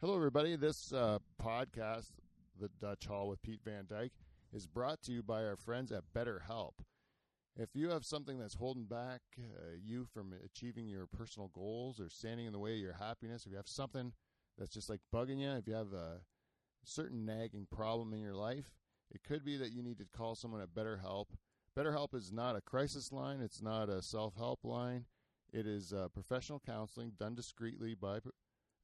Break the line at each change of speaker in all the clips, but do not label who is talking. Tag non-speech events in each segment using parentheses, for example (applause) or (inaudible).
Hello, everybody. This uh, podcast, The Dutch Hall with Pete Van Dyke, is brought to you by our friends at BetterHelp. If you have something that's holding back uh, you from achieving your personal goals or standing in the way of your happiness, if you have something that's just like bugging you, if you have a certain nagging problem in your life, it could be that you need to call someone at BetterHelp. BetterHelp is not a crisis line, it's not a self help line. It is uh, professional counseling done discreetly by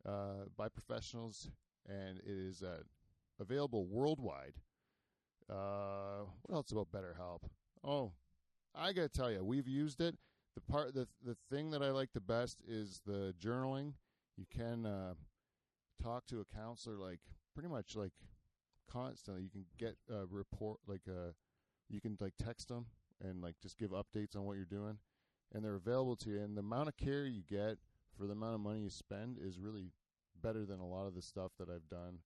uh, by professionals, and it is uh, available worldwide. Uh, what else about BetterHelp? Oh, I gotta tell you, we've used it. The part, the the thing that I like the best is the journaling. You can uh, talk to a counselor like pretty much like constantly. You can get a report like uh you can like text them and like just give updates on what you're doing, and they're available to you. And the amount of care you get for the amount of money you spend is really better than a lot of the stuff that I've done.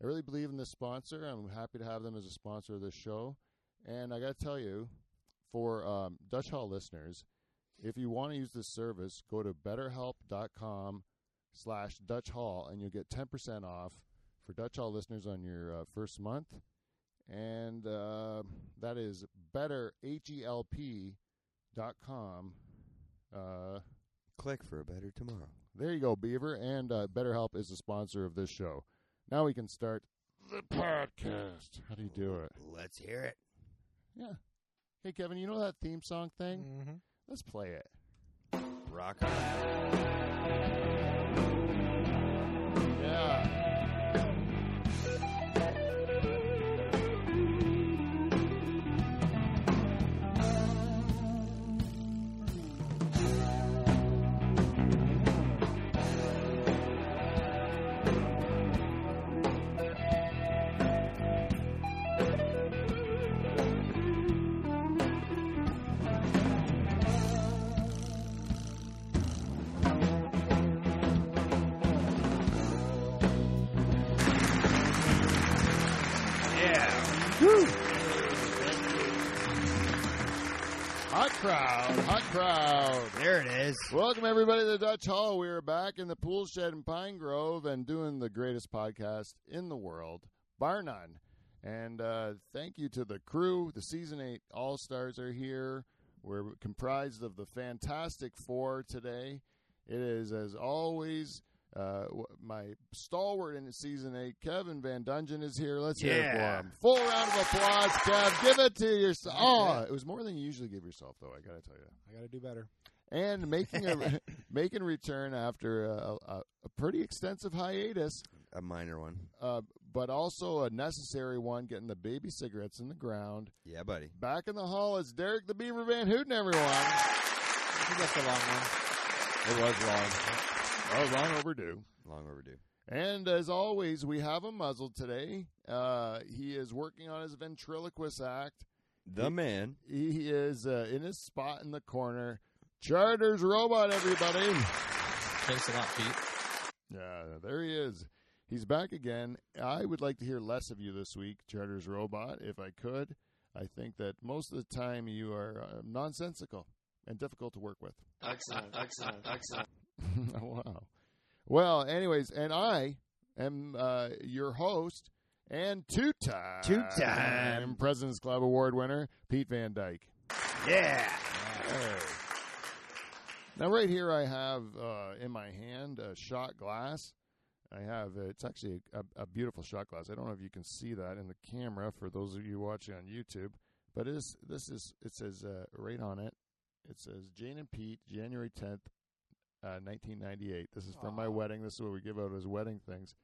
I really believe in this sponsor. I'm happy to have them as a sponsor of this show. And I got to tell you, for um, Dutch Hall listeners, if you want to use this service, go to betterhelp.com slash Dutch Hall and you'll get 10% off for Dutch Hall listeners on your uh, first month. And uh, that is E betterhelp.com. Uh,
Click for a better tomorrow.
there you go, Beaver. And uh, BetterHelp is the sponsor of this show. Now we can start the podcast. How do you do it?
Let's hear it.
Yeah. Hey, Kevin, you know that theme song thing?
Mm-hmm.
Let's play it.
Rock on.
Yeah.
Yeah.
Hot crowd. Hot crowd.
There it is.
Welcome, everybody, to the Dutch Hall. We are back in the pool shed in Pine Grove and doing the greatest podcast in the world, bar none. And uh, thank you to the crew. The season eight All Stars are here. We're comprised of the fantastic four today. It is, as always, uh, w- my stalwart in season eight, Kevin Van Dungen, is here. Let's hear it
Yeah.
for him. Full round of applause, Kev. Give it to yourself. Oh, it was more than you usually give yourself, though. I got to tell you
I got to do better.
and making a making return after a, a, a pretty extensive hiatus,
A minor one.
uh, but also a necessary one, getting the baby cigarettes in the ground.
Yeah, buddy.
Back in the hall is Derek the Beaver Van Hooten, everyone.
I think that's a long one.
It was long.
Oh, long overdue.
Long overdue.
And as always, we have him muzzled today. Uh, he is working on his ventriloquist act.
The man.
He is uh, in his spot in the corner. Charters robot, everybody.
Thanks a lot, Pete.
Yeah, there he is. He's back again. I would like to hear less of you this week, Charters Robot, if I could. I think that most of the time you are uh, nonsensical and difficult to work with. (laughs)
Excellent, excellent, excellent.
wow. Well, anyways, and I am uh, your host and two time
Two-time.
President's Club Award winner, Pete Van Dyke.
Yeah.
Now, right here, I have uh, in my hand a shot glass. I have uh, it's actually a, a beautiful shot glass. I don't know if you can see that in the camera for those of you watching on YouTube, but it is this is it says uh, right on it. It says Jane and Pete, January tenth, uh, nineteen ninety eight. This is from my
Aw.
wedding. This is what we give out as wedding things,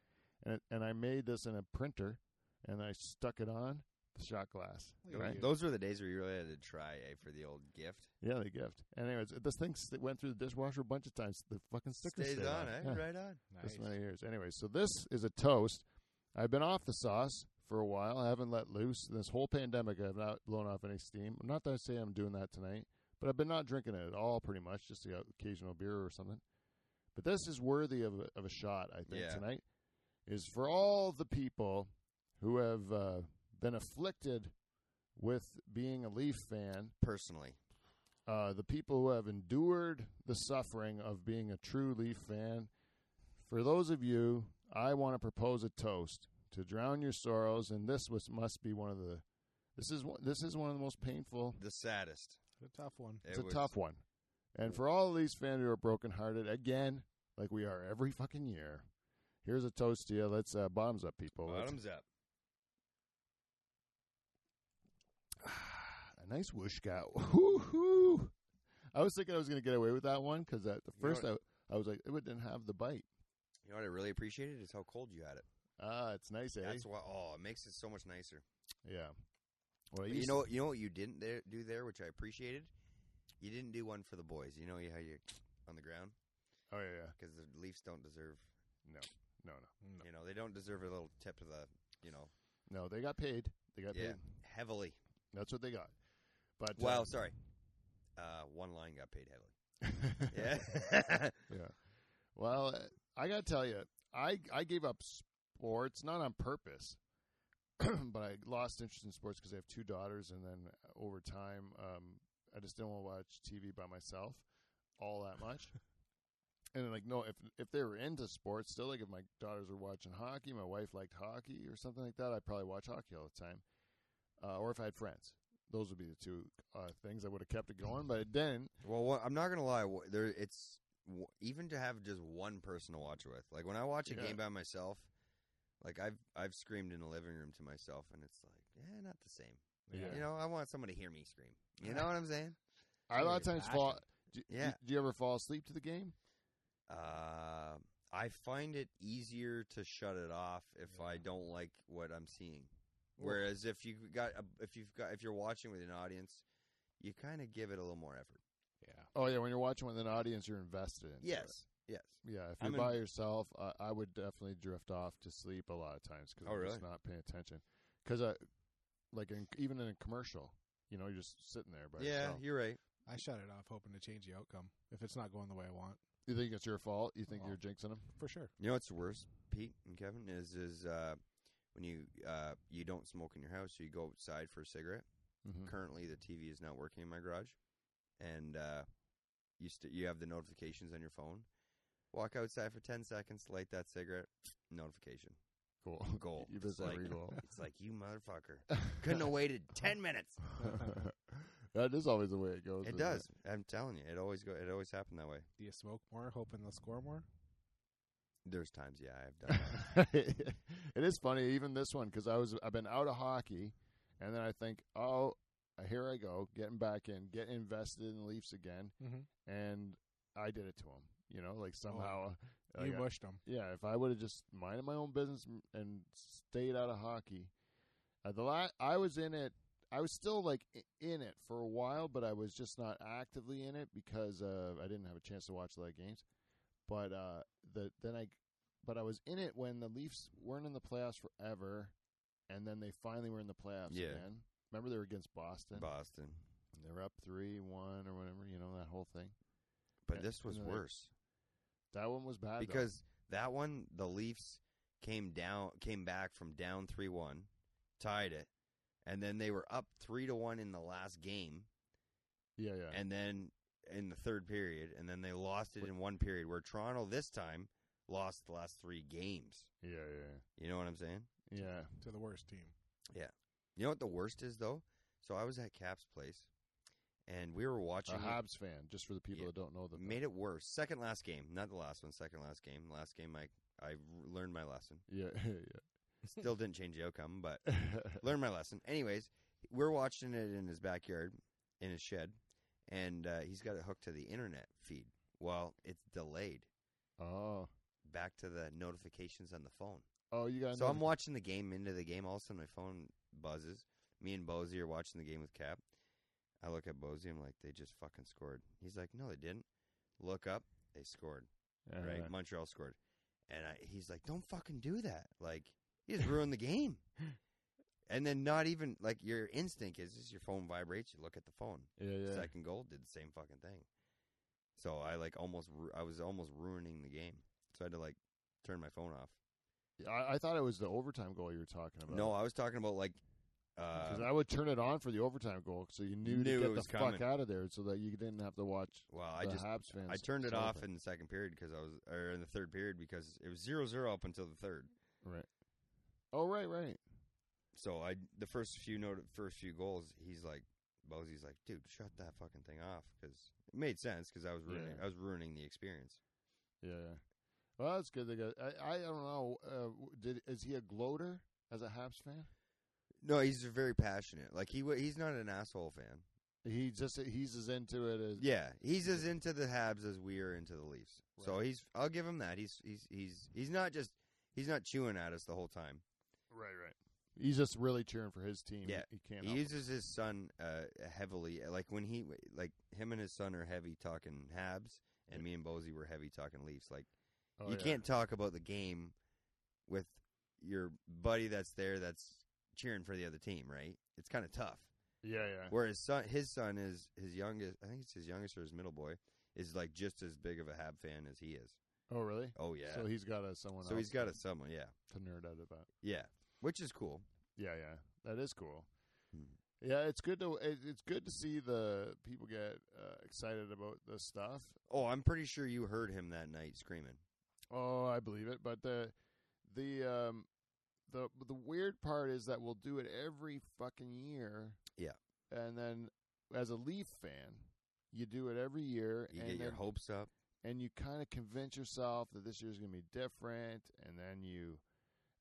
and it, and I made this in a printer, and I stuck it on the shot glass.
Look at
right?
you.
Those were the days where you really had to try eh, for the old gift.
Yeah, they gift. And anyways, this thing s- went through the dishwasher a bunch of times. The fucking sticker
Stays
stayed
on, eh?
Yeah,
Right on.
This
Nice.
many years. Anyway, so this is a toast. I've been off the sauce for a while. I haven't let loose. This whole pandemic, I've not blown off any steam. I'm not that I say I'm doing that tonight, but I've been not drinking it at all, pretty much, just the occasional beer or something. But this is worthy of a, of a shot, I think,
Yeah.
tonight. Is for all the people who have uh, been afflicted with being a Leaf fan
Personally.
uh, the people who have endured the suffering of being a true Leaf fan. For those of you, I want to propose a toast to drown your sorrows, and this was, must be one of the. This is one- this is one of the most painful.
The saddest.
A tough one.
It
It's a
was-
tough one, and for all of these fans who are brokenhearted again, like we are every fucking year. Here's a toast to you. Let's uh, bottoms up, people. Let's-
Bottoms up.
a nice whoosh got. Woo-hoo. I was thinking I was going to get away with that one because at the
You know
first I, I was like, it didn't have the bite.
You know what I really appreciated is how cold you had it.
Ah, it's nice, eh?
That's why. Oh, it makes it so much nicer.
yeah. Well, I
But you
used-
know, you know what you didn't there, do there, which I appreciated. You didn't do one for the boys. You know how you on the ground
Oh yeah, yeah.
because the Leafs don't deserve.
No, no, no,
You know they don't deserve a little tip of the. You know
no. They got paid. They got
Yeah.
paid.
heavily.
That's what they got. But uh, (laughs)
Well, sorry. Uh, one line got paid heavily.
(laughs)
Yeah. (laughs)
Yeah. Well, uh, I gotta tell you, I I gave up sports not on purpose, (clears throat) but I lost interest in sports because I have two daughters, and then uh, over time, um, I just didn't want to watch TV by myself all that much. and then, like, no, if if they were into sports, still, like, if my daughters were watching hockey, my wife liked hockey or something like that, I'd probably watch hockey all the time, uh, or if I had friends. Those would be the two uh, things I would have kept it going, but it didn't.
Well, wha- I'm not gonna lie. wha- There, it's wha- even to have just one person to watch with. Like when I watch a
Yeah.
game by myself, like I've I've screamed in the living room to myself, and it's like, yeah, not the same.
Yeah.
You know, I want someone to hear me scream.
(laughs)
You know what I'm saying?
I a lot of
Totally
times fall.
passion.
Do, do-
Yeah.
do you ever fall asleep to the game?
Uh, I find it easier to shut it off if I
Yeah.
don't like what I'm seeing. Whereas if you got a- if you've got if you're watching with an audience, you kind of give it a little more effort.
Yeah.
Oh yeah, when you're watching with an audience, you're invested. in
Yes. Yes.
Yeah, if
I'm
you're
in-
by yourself, I, I would definitely drift off to sleep a lot of times because
Oh,
I'm
really?
just not paying attention. Because I, like, in, even in a commercial, you know, you're just sitting there by
yeah,
yourself.
you're right.
I shut it off hoping to change the outcome if it's not going the way I want.
You think it's your fault? You think
Well.
Oh.
you're jinxing them?
For sure.
You know what's worse, Pete and Kevin, is is uh, when you uh, you don't smoke in your house, so you go outside for a cigarette.
Mm-hmm.
Currently, the TV is not working in my garage, and uh, you st- you have the notifications on your phone. Walk outside for ten seconds, light that cigarette, (sniffs) notification.
Cool.
Goal.
(laughs) You
It's
missed
like-
every
(laughs)
goal.
It's like you motherfucker
(laughs)
couldn't have waited ten minutes.
that is always the way it goes.
It
isn't
does. I'm telling you, it always go. It always happened that way.
Do you smoke more hoping they'll score more?
There's times, yeah, I've done.
(laughs)
that.
it is funny, even this one, because I was I've been out of hockey, and then I think, oh, here I go, getting back in, getting invested in Leafs again,
Mm-hmm. Oh.
and I did it to him. You know, like somehow, uh,
you
like,
mushed them.
yeah. If I would have just minded my own business m- and stayed out of hockey, uh, the la- I was in it. I was still like i- in it for a while, but I was just not actively in it because uh, I didn't have a chance to watch a lot of games. But uh, the then I, but I was in it when the Leafs weren't in the playoffs forever, and then they finally were in the playoffs
Yeah.
again. Remember they were against Boston.
Boston,
they were up three one or whatever. You know that whole thing.
but
Yeah,
this was
isn't it?
worse.
That one was bad though.
because that one the Leafs came down came back from down 3-1, tied it, and then they were up 3 to 1 in the last game
yeah, yeah.
and then in the third period and then they lost it in one period where Toronto this time lost the last 3 games.
Yeah, yeah,
You know what I'm saying?
yeah.
To the worst team.
You know what the worst is though? So I was at Cap's place and we were watching
A
it.
Habs fan, just for the people
Uh-huh. Yeah.
that don't know the
made it worse. Second last game, not the last one, second last game. Last game I I learned my lesson.
Yeah, yeah. (laughs)
Still didn't change the outcome, but learned my lesson. Anyways, we're watching it in his backyard, in his shed, and uh, he's got it hooked to the internet feed. Well, it's delayed
oh,
back to the notifications on the phone.
oh, you got.
so I'm
another-
watching the game into the game. All of a sudden, my phone buzzes. Me and Bozy are watching the game with Cap. I look at Bozy. I'm like, they just fucking scored. He's like, no, they didn't. Look up. They scored. Right.
Uh,
Montreal scored. And I, he's like, don't fucking do that. Like, you just ruined the game. And then not even, like, your instinct is just your phone vibrates, you look at the phone.
Yeah, yeah.
Second goal did the same fucking thing. So I, like, almost, ru- I was almost ruining the game. So I had to, like, turn my phone off.
I, I thought it was the overtime goal you were talking about.
No, I was talking about, like, Uh,
Because I would turn it on for the overtime goal, so you knew, to
Knew it
get the
was
fuck
coming.
out of there, so that you didn't have to watch
well, I
the
just
Habs fans.
I turned it off
celebrate.
in the second period because I was, or in the third period because it was zero zero up until the third.
right. Oh right, right.
So I, the first few note, first few goals, he's like, Bosey's like, dude, shut that fucking thing off because it made sense because I was ruining,
Yeah.
I was ruining the experience.
Yeah. Well, that's good. They got. I, I don't know. Uh, w- did is he a gloater as a Habs fan?
No, he's very passionate. Like he, wa- he's not an asshole fan.
He just he's as into it as
Yeah, he's as into the Habs as we are into the Leafs. So
Right.
he's, I'll give him that. He's, he's, he's, he's not just, he's not chewing at us the whole time.
Right, right. He's just really cheering for his team.
Yeah.
he can't.
He
help it.
uses his son uh, heavily. Like when he, like him and his son are heavy talking Habs, and me and Bozy were heavy talking Leafs. Like
Oh,
you
yeah.
can't talk about the game with your buddy that's there that's cheering for the other team, right? It's kind of tough.
Yeah, yeah.
Where his son, his son is his youngest. I think it's his youngest or his middle boy is like just as big of a Hab fan as he is.
Oh, really?
Oh yeah.
So he's got a someone.
So
else
he's got a someone. Yeah,
to nerd out about.
yeah, which is cool.
Yeah, yeah. That is cool.
Hmm.
Yeah, it's good to it, it's good to see the people get uh, excited about the stuff.
Oh, I'm pretty sure you heard him that night screaming.
Oh, I believe it. But the the um the the weird part is that we'll do it every fucking year.
Yeah.
And then as a Leaf fan, you do it every year
You
and
get your
then-
hopes up.
and you kind of convince yourself that this year's going to be different and then you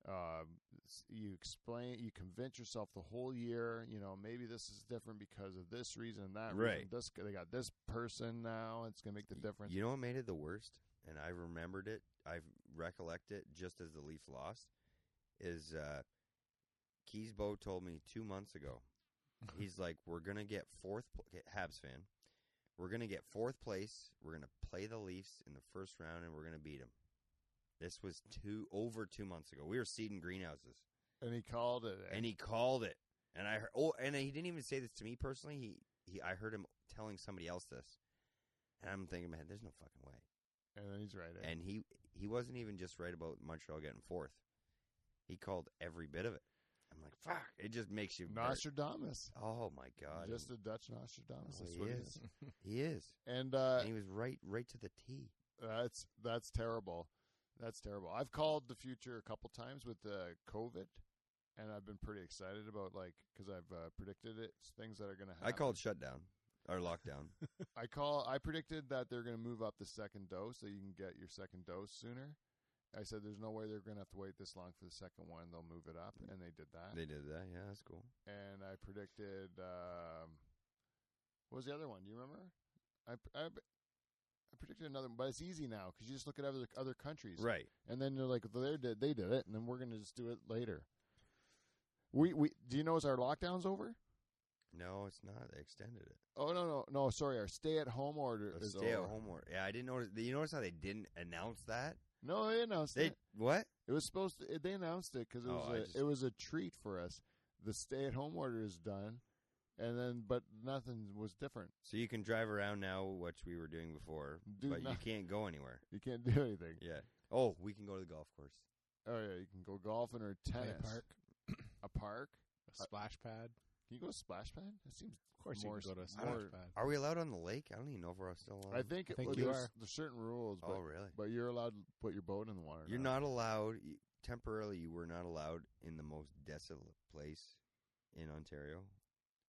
um, s- you explain you convince yourself the whole year you know maybe this is different because of this reason and that reason
Right.
this they got this person now it's going to make the
Y-
difference
You know what made it the worst, and I remembered it. I recollect it just as the Leafs lost. Is uh, Keysbo told me two
(laughs)
months ago. He's like, we're gonna get fourth. Pl- okay, Habs fan, we're gonna get fourth place. We're gonna play the Leafs in the first round, and we're gonna beat them. This was two over two months ago. We were seeding greenhouses,
and he called it
and he called it. And I heard, oh, and he didn't even say this to me personally. He, he, I heard him telling somebody else this, and I'm thinking, man, there's no fucking way.
and then he's right eh?
And he he wasn't even just right about Montreal getting fourth. He called every bit of it. I'm like, fuck! It just makes you. very-
Nostradamus
oh my god!
just a Dutch Nostradamus
Oh,
that's
he
what he
is.
is. (laughs)
he is.
and uh,
and he was right, right to the T.
that's that's terrible that's terrible I've called the future a couple times with uh, COVID. And I've been pretty excited about like because I've uh, predicted it things that are going to happen.
I called shutdown or lockdown.
I call. I predicted that they're going to move up the second dose, so you can get your second dose sooner. I said there's no way they're going to have to wait this long for the second one. They'll move it up, and they did that.
they did that. Yeah, that's cool.
and I predicted. Um, what was the other one? Do you remember? I p- I, p- I predicted another, one, but it's easy now because you just look at other other countries,
Right.
and then they're like, well, they did they did it, and then we're going to just do it later. We we do you know is our lockdown's over?
No, it's not. They extended it.
Oh no no no sorry, our stay at home order
The
is
Stay at
over.
home order. Yeah, I didn't notice. You notice how they didn't announce that?
No, they announced
They
it.
what?
It was supposed to. They announced it because it
Oh,
was
I
a,
just-
it was a treat for us. The stay-at-home order is done, and then but nothing was different.
So you can drive around now, which we were doing before,
Do
but
not-
you can't go anywhere.
You can't do anything.
Yeah. Oh, we can go to the golf course.
Oh yeah, you can go golfing or
Play
tennis.
park,
A park.
a splash pad.
Can you go to splash pad? That seems.
Of course,
more,
you can go to a
s-
splash
more-
pad.
Are we allowed on the lake? I don't even know if we're still allowed.
I think, it,
think
well,
you
there's,
are.
there's certain rules, but
oh, really?
but you're allowed to put your boat in the water.
You're
now.
not allowed. y- Temporarily, you were not allowed in the most desolate place in Ontario.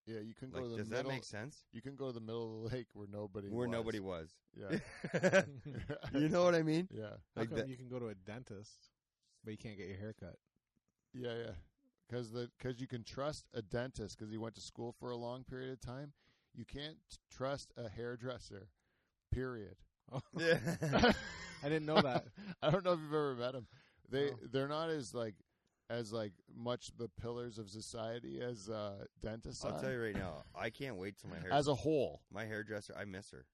Yeah, you can
Like,
go to the
does that
middle.
make sense?
you can go to the middle of the lake where nobody.
Where
was.
nobody was.
Yeah.
(laughs)
(laughs)
(laughs)
you know what I mean?
yeah.
How
Like
come
that-
you can go to a dentist, but you can't get your hair cut?
Yeah, yeah. Because the because you can trust a dentist because he went to school for a long period of time. You can't trust a hairdresser. Period.
(laughs)
Oh,
(laughs)
Yeah.
(laughs) I didn't know (laughs) that.
I don't know if you've ever met them. They
No.
they're not as like as like much the pillars of society as uh, dentists
I'll
are.
tell you right now. I can't wait till my hair.
as a whole.
my hairdresser, I miss her.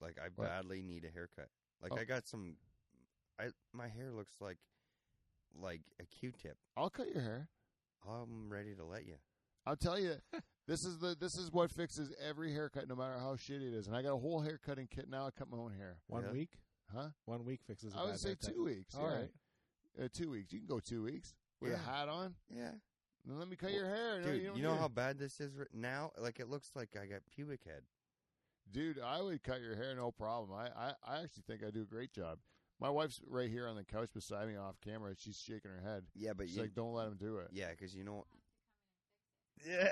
Like I
What?
badly need a haircut. Like
Oh.
I got some. I my hair looks like like a Q-tip.
I'll cut your hair.
I'm ready to let you.
I'll tell you. This is the this is what fixes every haircut, no matter how shitty it is. And I got a whole haircutting kit now. I cut my own hair,
One
Yeah.
week,
huh?
one week fixes. a
I would
bad
say
haircut.
two weeks.
All
yeah.
right.
uh, two weeks. You can go two weeks with a
Yeah.
hat on.
Yeah.
Then let me cut your hair. No,
Dude, you,
don't
know
need
how
it."
bad this is right now? Like it looks like I got pubic head.
Dude, I would cut your hair no problem. I, I, I actually think I do a great job. My wife's right here on the couch beside me off camera. She's shaking her head.
Yeah, but
She's
you,
like, don't let him do it.
yeah, because you know, yeah,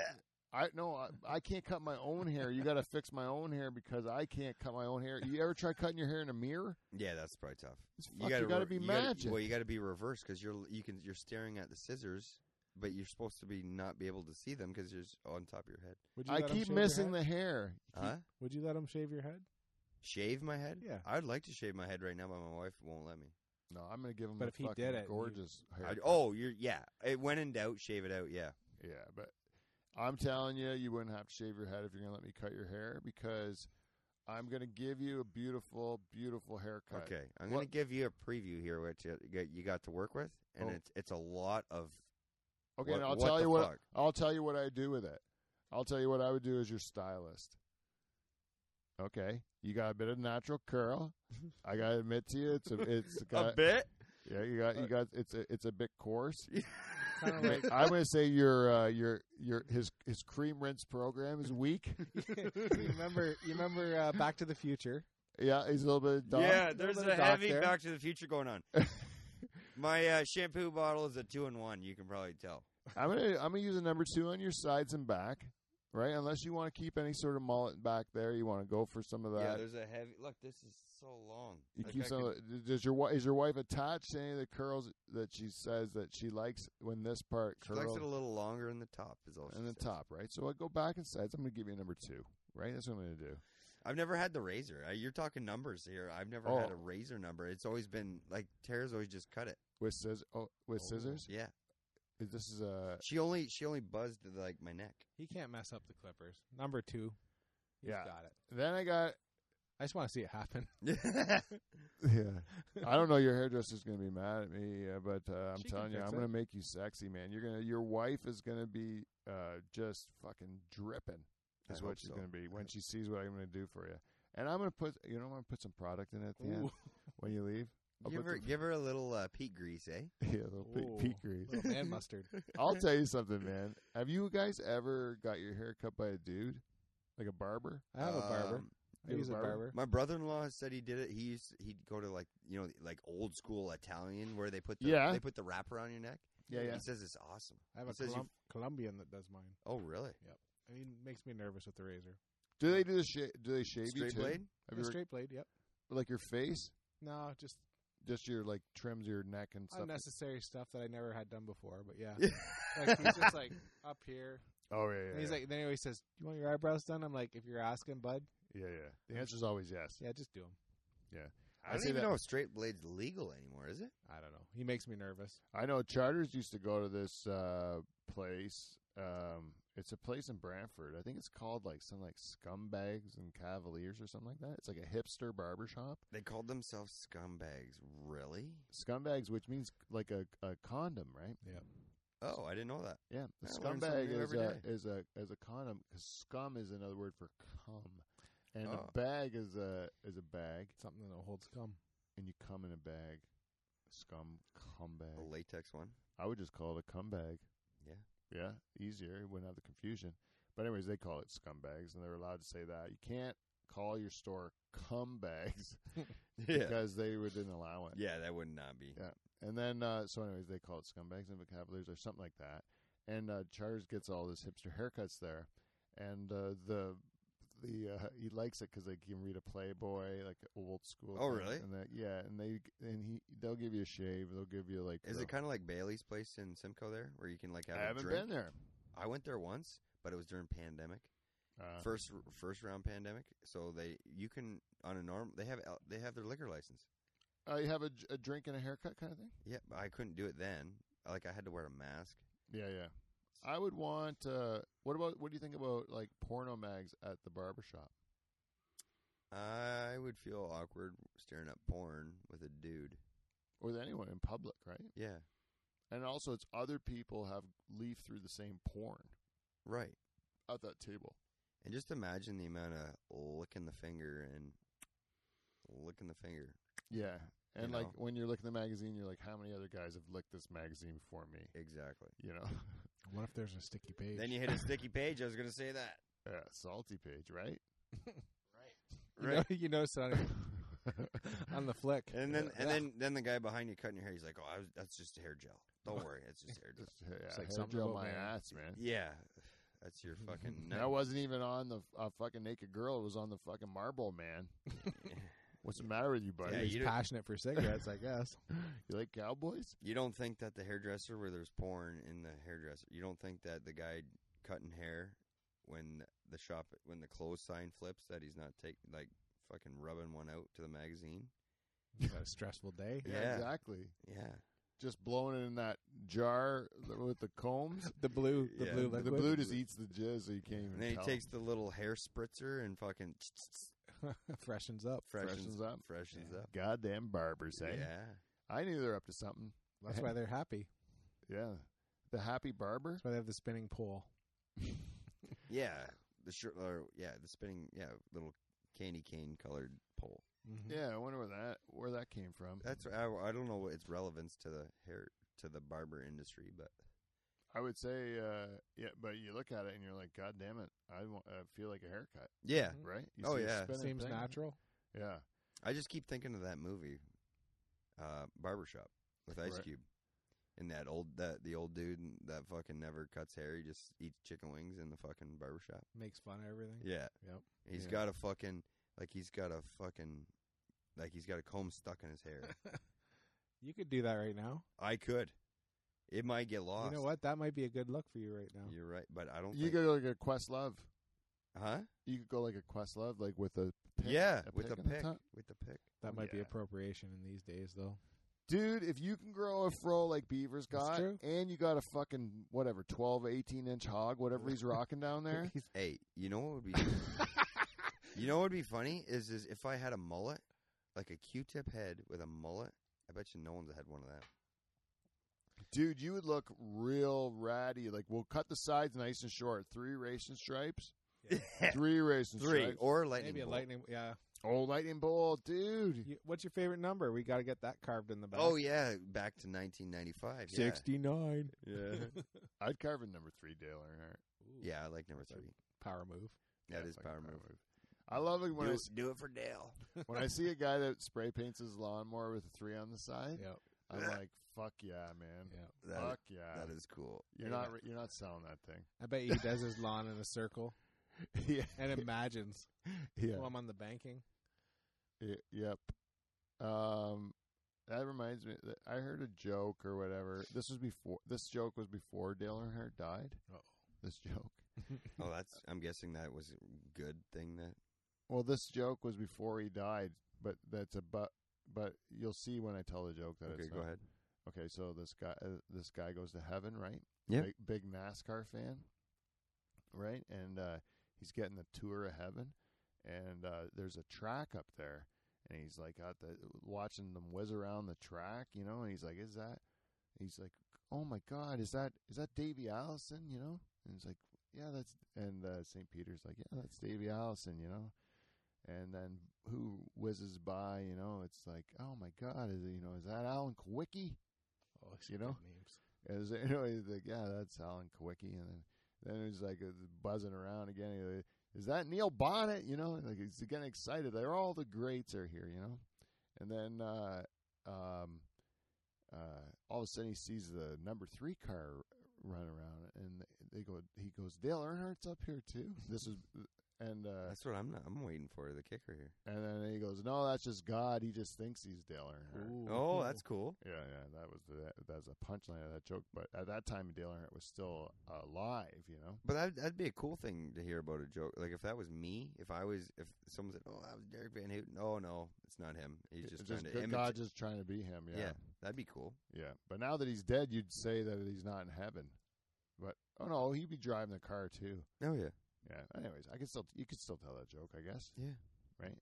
I no, I, I can't cut my own hair. You got to fix my own hair because I can't cut my own hair. You ever try cutting your hair in a mirror?
yeah, that's probably tough.
It's fuck- you gotta
re-
be
gotta-
magic.
well, you got to be reverse because you're you can you're staring at the scissors, but you're supposed to be not be able to see them because you're s- on top of your head.
Would
I
let 'em
keep
shave your
missing
head?
the hair. You keep-
Huh?
Would you let him shave your head? (laughs)
Shave my head?
Yeah.
I'd like to shave my head right now, but my wife won't let me.
No, I'm gonna give him.
But
a
if he did
fucking
it, you-
gorgeous hair.
I'd- oh, you're yeah. It, when in doubt, shave it out. Yeah.
yeah, but I'm telling you, you wouldn't have to shave your head if you're gonna let me cut your hair because I'm gonna give you a beautiful, beautiful haircut.
Okay, I'm going to
What-
give you a preview here what you you got- you got to work with, and
Oh.
it's it's a lot of
Okay,
What-
and I'll
what
tell
the
you what
fuck?
I'll tell you what I do with it. I'll tell you what I would do as your stylist. Okay, you got a bit of natural curl.
(laughs)
I gotta admit to you, it's a,
(laughs)
it's got
bit. Uh,
yeah, you got you got it's a it's a bit coarse.
Kind of like
I'm
(laughs)
gonna say your uh, your your his his cream rinse program is weak.
(laughs) you remember, you remember uh, Back to the Future.
Yeah, he's a little bit dog.
Yeah,
Little
there's
bit
a
of
heavy
doctor.
Back to the Future
(laughs)
going on. My uh, shampoo bottle is a two in one. You can probably tell.
I'm gonna I'm gonna use a number two on your sides and back, right? Unless you want to keep any sort of mullet back there, you want to go for some of
Yeah,
that.
there's a heavy. Look, this is so long.
You
Like,
keep
I
some.
could-
of it- does your wi- is your wife attached to any of the curls that she says that she likes when this part
She likes
curls
it a little longer in the top. Is all she
in the
says.
top, right? So I go back and sides. I'm going to give you a number two, right? That's what I'm going to do.
I've never had the razor. Uh, You're talking numbers here. I've never had
Oh.
a razor number. It's always been like Tara's always just cut it.
With scissors, oh, with
Oh.
scissors.
Yeah,
Is This is a
she only she only buzzed like my neck. (laughs)
He can't mess up the Clippers. Number two. He's
Yeah.
got it.
then I got.
I just want to see it happen.
Yeah, I don't know. Your hairdresser's going to be mad at me, uh, but uh, I'm
She can
telling you,
fix
I'm
it.
going to make you sexy, man. You're gonna your wife is going to be uh, just fucking dripping.
I
Is
hope
what she's
so.
going to be when
hope
she sees what I'm going to do for you. And I'm going to put you know I'm going to put some product in it at the end
Ooh,
when you
(laughs)
leave. I'll
give
put
her
some-
give her a little uh, peat grease, eh?
(laughs) Yeah, a little
Ooh.
peak, peak grease.
little man mustard.
I'll tell you something, man. Have you guys ever got your hair cut by a dude, like a barber?
(laughs) I have a barber.
Um,
I
you have
use a
a barber?
barber.
My brother-in-law said he did it. He used he'd go to like you know like old school Italian where they put the,
Yeah.
they put the wrap around your neck.
Yeah,
He says it's awesome.
I have
He
a
says you-
Colum- Colombian that does mine.
Oh really?
And he makes me nervous with the razor.
Do they do the sh- Do they shave you
Straight
too?
blade?
Have
The
you ever-
straight blade, yep.
like your face,
No, just
just your like trims your neck and stuff.
unnecessary stuff that I never had done before. But
(laughs)
yeah, like he's just like up here,
oh yeah, yeah.
and he's
yeah.
like, then he always says, "Do you want your eyebrows done?" I'm like, "If you're asking, bud,
yeah, yeah. The answer's always yes.
yeah, just do them."
I
I, don't
say
even
that-
know if straight blade's legal anymore, is it?
I don't know. He makes me nervous.
I know charters used to go to this uh, place. Um, it's a place in Brantford. I think it's called like some like scumbags and cavaliers or something like that. It's like a hipster barber shop.
They called themselves scumbags. Really?
Scumbags, which means like a, a condom, right?
Oh, I didn't know that.
Yeah, the
I learn something
scumbag
new
is
every
a,
day.
is a is a condom 'cause scum is another word for cum, and
Oh.
a bag is a is a bag,
Something that holds cum.
and you cum in a bag, scum cum
A
bag.
latex one.
I would just call it a cum bag.
Yeah.
yeah, easier. It wouldn't have the confusion. But anyways, they call it scumbags, and they're allowed to say that. You can't call your store cum bags
(laughs) Yeah.
because they would didn't allow it.
Yeah, that would not be.
Yeah. And then, uh, so anyways, they call it scumbags and vocabularies or something like that. And uh, Charters gets all this hipster haircuts there, and uh, the the uh, he likes it because they can read a Playboy like old school.
Oh,
thing,
really?
And that, yeah, and they and he they'll give you a shave. They'll give you like.
Is
the-
it kind of like Bailey's place in Simcoe there, where you can like have
I
a
haven't
drink?
been there.
I went there once, but it was during pandemic.
Uh,
first first round pandemic. So they you can on a norm they have al- they have their liquor license.
uh, you have a, j- a drink and a haircut kind of thing.
Yeah, but I couldn't do it then. Like I had to wear a mask.
Yeah, yeah. I would want. Uh, what about? What do you think about like porno mags at the barbershop?
I would feel awkward staring at porn with a dude.
Or with anyone in public, right?
Yeah,
And also, it's other people have leafed through the same porn.
right.
at that table.
And just imagine the amount of licking the finger and licking the finger.
Yeah, And
You
like
know.
when you're looking at the magazine, you're like, how many other guys have licked this magazine before me?
Exactly.
You know, (laughs)
What if there's a sticky page?
Then you hit a sticky page. I was going to say that.
yeah, salty page, right?
(laughs)
(laughs)
You know, you know Sonny
(laughs)
on the flick.
And then
Yeah.
(laughs)
and then then the guy behind you cutting your hair, he's like, "Oh, I was, that's just hair gel. Don't worry, it's just hair gel."
Just, yeah,
It's
hair
like something
gel
about
my
man.
ass, man.
Yeah, that's your
(laughs)
fucking. (laughs)
That wasn't even on the uh, fucking naked girl. It was on the fucking marble man. What's the matter with you, buddy?
Yeah,
He's
you don't-
passionate for cigarettes,
(laughs)
I guess.
You like cowboys?
you don't think that the hairdresser where there's porn in the hairdresser, you don't think that the guy cutting hair when the shop when the clothes sign flips that he's not taking like fucking rubbing one out to the magazine.
What a stressful day.
Yeah.
exactly.
Yeah,
Just blowing it in that jar th- with the combs.
The blue, the
Yeah.
blue
The
liquid.
blue just eats the jizz, so you can't even
and then he
tell.
takes the little hair spritzer and fucking
(laughs) freshens up.
freshens,
Freshens up.
freshens up.
Goddamn barbers, eh?
Yeah,
I knew they're up to something.
That's why they're happy.
Yeah. The happy barber?
That's why they have the spinning pole.
yeah. The shirt, or yeah, the spinning, yeah, little candy cane colored pole.
Mhm.
Yeah, I wonder where that where that came from.
That's I, I don't know what its relevance to the hair to the barber industry, but
I would say, uh, yeah, but you look at it and you're like, God damn it, I, want, I feel like a haircut,
yeah,
Mhm.
right? You
Oh,
see a
yeah.
spinning
Seems
thing.
natural.
Yeah,
I just keep thinking of that movie, uh, Barbershop with Ice
Right.
Cube, and that old that the old dude that fucking never cuts hair. He just eats chicken wings in the fucking barbershop.
Makes fun of everything.
Yeah,
Yep.
He's
Mm-hmm. Yeah.
got a fucking like he's got a fucking like he's got a comb stuck in his hair.
You could do that right now.
I could, it might get lost.
You know what? That might be a good look for you right now.
You're right, but I don't.
you
think,
go like a Quest Love.
huh?
You could go like a Quest Love, like with a pick,
yeah, with
pick
a
on the
pick,
top.
with the pick.
That might be
Yeah.
appropriation in these days, though.
Dude, if you can grow a fro like Beaver's
That's
got,
true.
and you got a fucking whatever 12, 18 inch hog, whatever he's rocking down there,
Hey, you know what would (laughs) be? you know what would be funny is is if I had a mullet, like a Q-tip head with a mullet. I bet you no one's had one of that.
dude, you would look real ratty. Like we'll cut the sides nice and short, three racing
(laughs)
stripes, three racing
Three
stripes,
or a lightning.
Maybe a
bolt.
lightning.
(laughs)
Yeah.
oh lightning bolt, dude.
You, what's your favorite number? We got to get that carved in the back.
Oh yeah, back to 1995. yeah.
69.
Yeah,
(laughs) I'd carve in number three, Dale Earnhardt.
Ooh,
yeah. I like number three.
Power move.
That
Yeah,
is
fucking
power move.
I love it when I,
Do,
s-
do it for Dale.
when I see a guy that spray paints his lawnmower with a three on the side.
Yep.
I'm like, fuck yeah, man,
Yeah.
That,
fuck yeah.
that is cool.
you're
yeah.
not re- you're not selling that thing.
I bet you he does his lawn in a circle
yeah,
and imagines.
(laughs) yeah.
Oh, I'm on the banking.
Y- yep. Um, that reminds me. That I heard a joke or whatever. This was before. This joke was before Dale Earnhardt died.
Uh-oh.
This joke.
(laughs) Oh, that's. I'm guessing that was a good thing. That
Well, this joke was before he died, but that's a but. But you'll see when I tell the joke that
okay.
it's
Go
not.
ahead.
Okay, so this guy, uh, this guy goes to heaven, right?
Yeah.
Big, big NASCAR fan, right? And uh, he's getting the tour of heaven, and uh, there's a track up there, and he's like out the watching them whiz around the track, you know. And he's like, "Is that?" He's like, "Oh my God, is that is that Davy Allison?" You know. And he's like, "Yeah, that's." And uh, St. Peter's like, "Yeah, that's Davy Allison," you know. And then who whizzes by? You know, it's like, "Oh my God, is it, you know is that Alan Kowicki?"
Oh, he's
You
got
know?
names.
(laughs) Is there, you know, he's like, yeah, that's Alan Kowicki. And then, then he's like uh, buzzing around again. He's like, Is that Neil Bonnet? You know, like he's getting excited. They're all the greats are here, you know? And then, uh, um, uh, all of a sudden he sees the number three car run around and they go, he goes, Dale Earnhardt's up here too. (laughs) This is, and, uh,
That's what I'm. Not, I'm waiting for the kicker here.
and then he goes, no, that's just God. He just thinks he's Dale Earnhardt.
Oh, that's cool.
Yeah, yeah, that was the that was the punchline of that joke. But at that time, Dale Earnhardt was still alive. You know,
But that'd, that'd be a cool thing to hear about a joke. Like if that was me, if I was, if someone said, "Oh, that was Derek Van Houten," no, no, it's not him. He's just,
It's
trying to
good
imitate.
God just trying to be him. Yeah,
yeah. that'd be cool.
yeah. But now that he's dead, you'd say that he's not in heaven. But oh no, he'd be driving the car too.
Oh yeah,
Yeah. Anyways, I can still you could still tell that joke, I guess.
Yeah.
Right.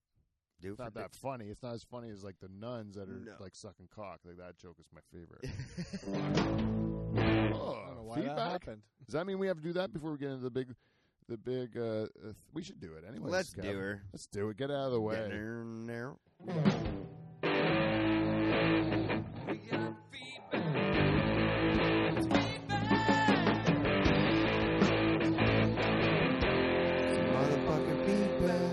do it
It's not
for
that funny. It's not as funny as like the nuns that are
No.
like sucking cock. Like that joke is my favorite.
(laughs) Dick.
I don't know
oh,
why that
feedback.
happened.
Does that mean we have to do that before we get into the big, the big? uh, uh th- We should do it anyway.
Let's do her.
Let's do it. Get out of the way.
Getting her now.
got feedback. It's feedback.
Motherfucking feedback.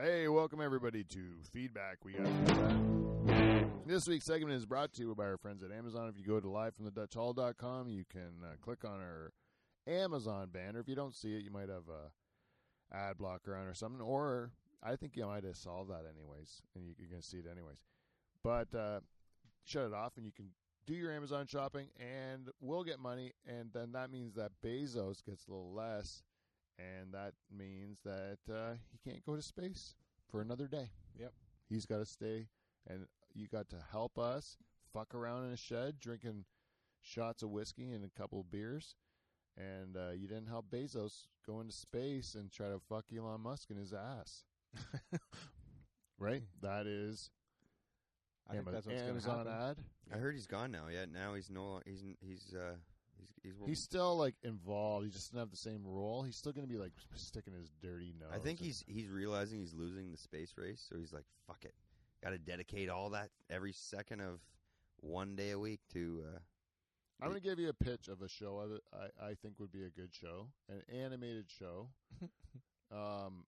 Hey, welcome everybody to Feedback. We got feedback. This week's segment is brought to you by our friends at Amazon. If you go to livefromthedutchhall.com, you can uh, click on our Amazon banner. If you don't see it, you might have a ad blocker on or something. Or I think you might have solved that anyways, and you, you're going to see it anyways. But uh, shut it off, and you can do your Amazon shopping, and we'll get money, and then that means that Bezos gets a little less, and that means that uh, he can't go to space for another day.
Yep.
He's got to stay, and you got to help us fuck around in a shed drinking shots of whiskey and a couple of beers. And uh, you didn't help Bezos go into space and try to fuck Elon Musk in his
(laughs)
ass. right? That is
I think
Ama-
that's what's going to
Amazon
happen.
ad.
I heard he's gone now. Yeah, now he's no. lo- He's n- he's uh he's he's. wo-
He's still like involved. He just doesn't have the same role. He's still going to be like sticking his dirty nose.
I think
in-
he's he's realizing he's losing the space race, so he's like, "Fuck it, got to dedicate all that every second of one day a week to." Uh,
I'm going to give you a pitch of a show I would- I, I think would be a good show, an animated
(laughs)
show. um,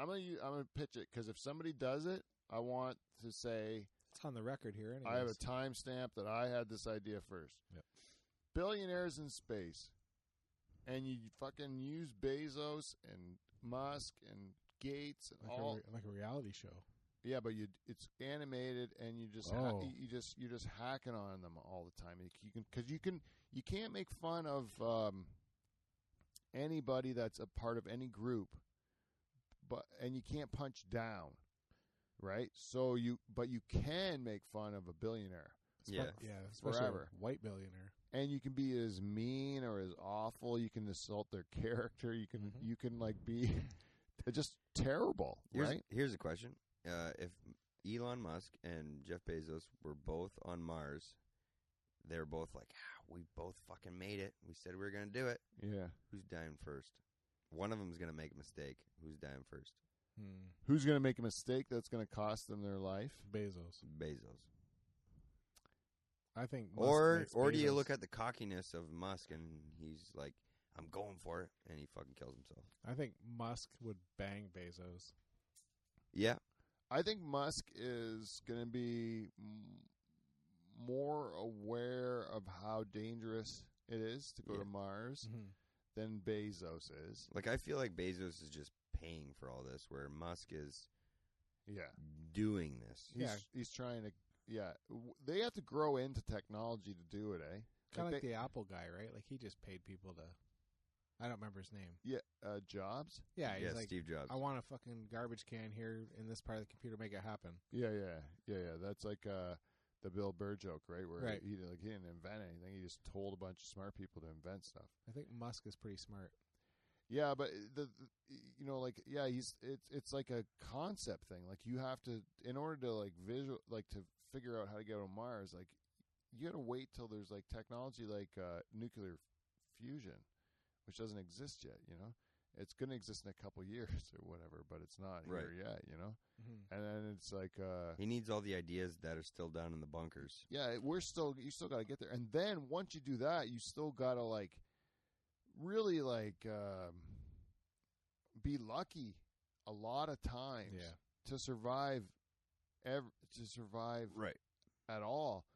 I'm going to I'm going to pitch it because if somebody does it, I want to say
It's on the record here. Anyways.
I have a timestamp that I had this idea first.
Yep.
Billionaires in space, and you fucking use Bezos and Musk and Gates and
like,
all
a, re- like a reality show.
Yeah, but you it's animated and you just ha-
Oh.
you just you're just hacking on them all the time. You, c- you can because you can you can't make fun of um, anybody that's a part of any group, but and you can't punch down, right? So you but you can make fun of a billionaire,
yeah,
Fuck- yeah, especially
Forever.
a white billionaire.
and you can be as mean or as awful. You can insult their (laughs) character. You can
Mhm.
you can like be (laughs) just terrible,
here's,
right?
Here's a question: uh, If Elon Musk and Jeff Bezos were both on Mars, they're both like, ah, "We both fucking made it. We said we were going to do it.
Yeah.
Who's dying first? One of them's going to make a mistake. Who's dying first?
Hmm.
Who's going to make a mistake that's going to cost them their life?
Bezos.
Bezos.
I think. Musk
Or
hates
or do you
Bezos.
look at the cockiness of Musk and he's like, I'm going for it, and he fucking kills himself.
I think Musk would bang Bezos.
Yeah,
I think Musk is going to be m- more aware of how dangerous it is to go
Yeah.
to Mars than Bezos is.
like I feel like Bezos is just paying for all this, where Musk is
Yeah.
doing this.
He's, he's trying to, yeah. W- They have to grow into technology to do it, eh?
Kind of like
they-
the Apple guy, right? Like he just paid people to. I don't remember his name.
yeah, uh, Jobs?
Yeah, he's
yeah,
like,
Steve Jobs.
I want a fucking garbage can here in this part of the computer. Make it happen.
Yeah, yeah, yeah, yeah. That's like uh, the Bill Burr joke, right? Where
Right.
He, he, like, he didn't invent anything. He just told a bunch of smart people to invent stuff.
I think Musk is pretty smart.
Yeah, but eh, the, the you know like yeah, he's it's it's like a concept thing. Like you have to in order to like visual like to figure out how to get on Mars, like you got to wait till there's like technology like uh, nuclear fusion, which doesn't exist yet. You know, it's going to exist in a couple (laughs) years or whatever, but it's not
Right.
here yet. You know,
Mm-hmm.
and then it's like uh,
he needs all the ideas that are still down in the bunkers.
yeah, it- we're still you still got to get there, and then once you do that, you still got to like really like um, be lucky a lot of times
Yeah.
to survive ev- to survive
Right.
at all.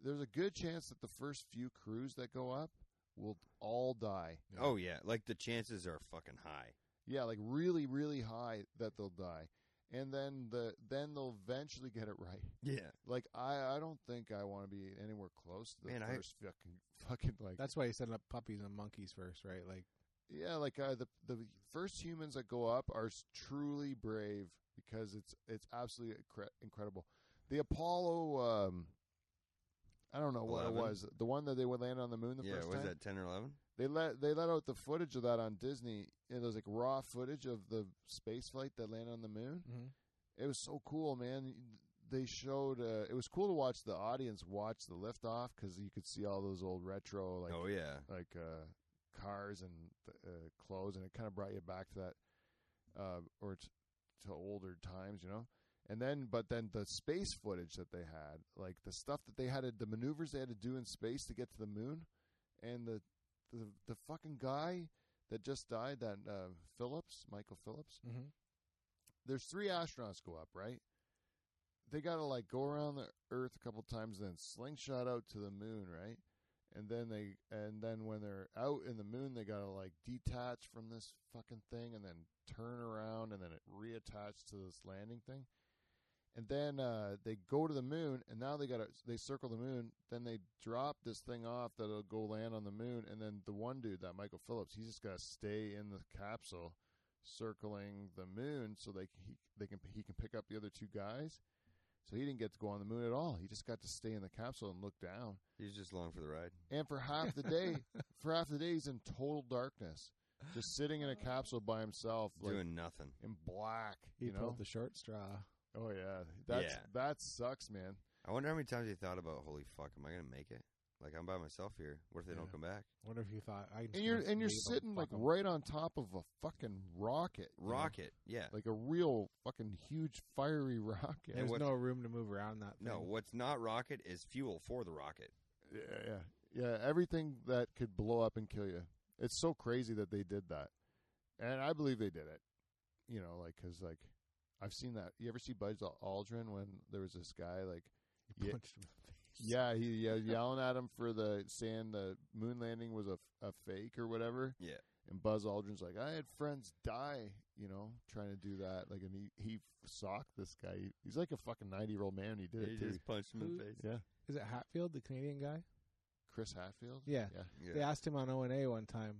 There's a good chance that the first few crews that go up will all die.
Oh yeah, like the chances are fucking high.
Yeah, like really, really high that they'll die, and then the then they'll eventually get it right.
Yeah,
Like I, I don't think I want to be anywhere close to the
Man, I-
first fucking, fucking like
That's why he set up puppies and monkeys first, right? Like,
yeah, like uh, the the first humans that go up are s- truly brave because it's it's absolutely incre- incredible. The Apollo, um, I don't know what
Eleven?
it was, the one that they would land on the moon the
yeah.
first
Was
time.
that ten or eleven?
They let they let out the footage of that on Disney. It was like raw footage of the space flight that landed on the moon.
Mhm.
It was so cool, man. They showed uh, it was cool to watch the audience watch the liftoff because you could see all those old retro like
oh yeah,
like uh, cars and uh, clothes, and it kind of brought you back to that uh, or t- to older times, you know. And then, but then the space footage that they had, like the stuff that they had, to, the maneuvers they had to do in space to get to the moon, and the the, the fucking guy that just died, that uh, Phillips, Michael Phillips.
Mhm.
There's three astronauts go up, right? They got to like go around the Earth a couple times, then slingshot out to the moon, right? and then they and then when they're out in the moon they gotta like detach from this fucking thing and then turn around and then it reattached to this landing thing and then uh, they go to the moon and now they gotta they circle the moon then they drop this thing off that'll go land on the moon and then the one dude that michael phillips he's just gotta stay in the capsule circling the moon so they c- he, they can he can pick up the other two guys so he didn't get to go on the moon at all he just got to stay in the capsule and look down
He's just long for the ride.
and for half the
(laughs)
day, for half the day, he's in total darkness, just sitting in a capsule by himself, like
Doing nothing.
in black.
He
you know?
pulled the short straw.
oh yeah, that's
Yeah.
that sucks, man.
I wonder how many times he thought about, holy fuck, am I going to make it? Like, I'm by myself here. What if they don't
Yeah.
come back?
Wonder if you thought I. can
And you're
just
and you're
leave 'em,
sitting like
fuck 'em.
right on top of a fucking rocket, you know?
Rocket. Yeah.
like a real fucking huge fiery (laughs) rocket.
There's
what-
no room to move around that.
No,
thing.
what's not rocket is fuel for the rocket.
yeah, yeah, yeah. Everything that could blow up and kill you. It's so crazy that they did that, and I believe they did it. You know, like because like I've seen that. You ever see Buzz Aldrin when there was this guy like.
You
yeah.
punched him in the face.
Yeah, he yeah, yelling at him for the saying the moon landing was a, a fake or whatever.
Yeah.
And Buzz Aldrin's like, I had friends die, you know, trying to do that. Like, and he he socked this guy. He- He's like a fucking ninety year old man. He did it too.
punched
him in the
face.
yeah,
Is it Hatfield, the Canadian guy?
Chris Hatfield.
Yeah.
yeah,
Yeah.
They asked him on O and A one time,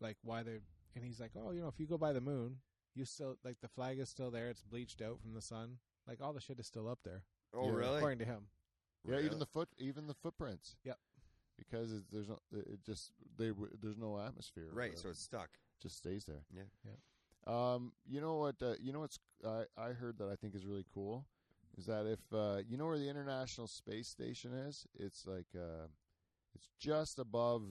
like why they, and he's like, oh, you know, if you go by the moon, you still like the flag is still there. It's bleached out from the sun. Like all the shit is still up there,
Oh,
Yeah.
really?
according to him.
yeah. Even
Really?
the foot, even the footprints.
Yep.
Because it, there's no, it just they w- there's no atmosphere.
Right,
Uh,
so it's stuck.
just stays there.
Yeah.
Yeah.
Um, you know what? Uh, you know what's I, I heard that I think is really cool is that if uh, you know where the International Space Station is, it's like uh, it's just above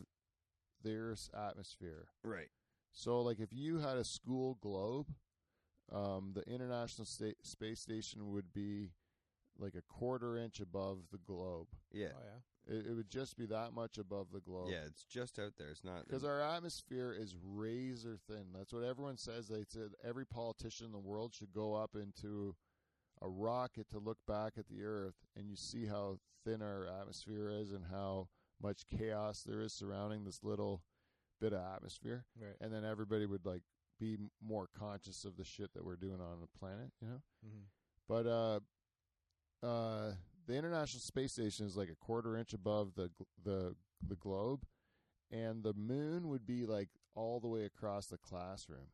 the Earth's atmosphere.
Right.
So, like, if you had a school globe, um, the International Sta- Space Station would be like a quarter inch above the globe.
Yeah.
Oh yeah.
It, it would just be that much above the globe.
Yeah, it's just out there. It's not.
Because our atmosphere is razor thin. That's what everyone says. They said every politician in the world should go up into a rocket to look back at the Earth, and you see how thin our atmosphere is and how much chaos there is surrounding this little bit of atmosphere.
Right.
And then everybody would like be m- more conscious of the shit that we're doing on the planet, you know.
hmm
Mm-hmm.
But uh, uh, the International Space Station is like a quarter inch above the gl- the the globe, and the moon would be like all the way across the classroom.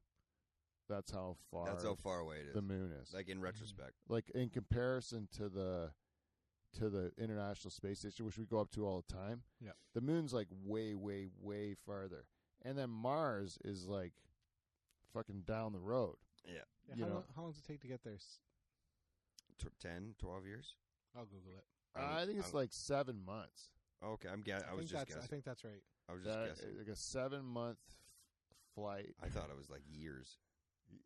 That's how far.
That's how far away it
the
is.
moon is. Like,
Like in retrospect.
in comparison to the to the International Space Station, which we go up to all the time.
Yep.
The moon's like way, way, way farther, and then Mars is like fucking down the road.
Yeah,
You
how,
know.
long, how long does it take to get there? S-
T- 10, 12 years?
I'll Google it.
I, think it's
I'm-
like seven months.
Okay, I'm guess- I, was
think
just
that's.
guessing.
I think that's right.
I was just
That-
guessing.
Like a seven month flight.
I thought it was like years.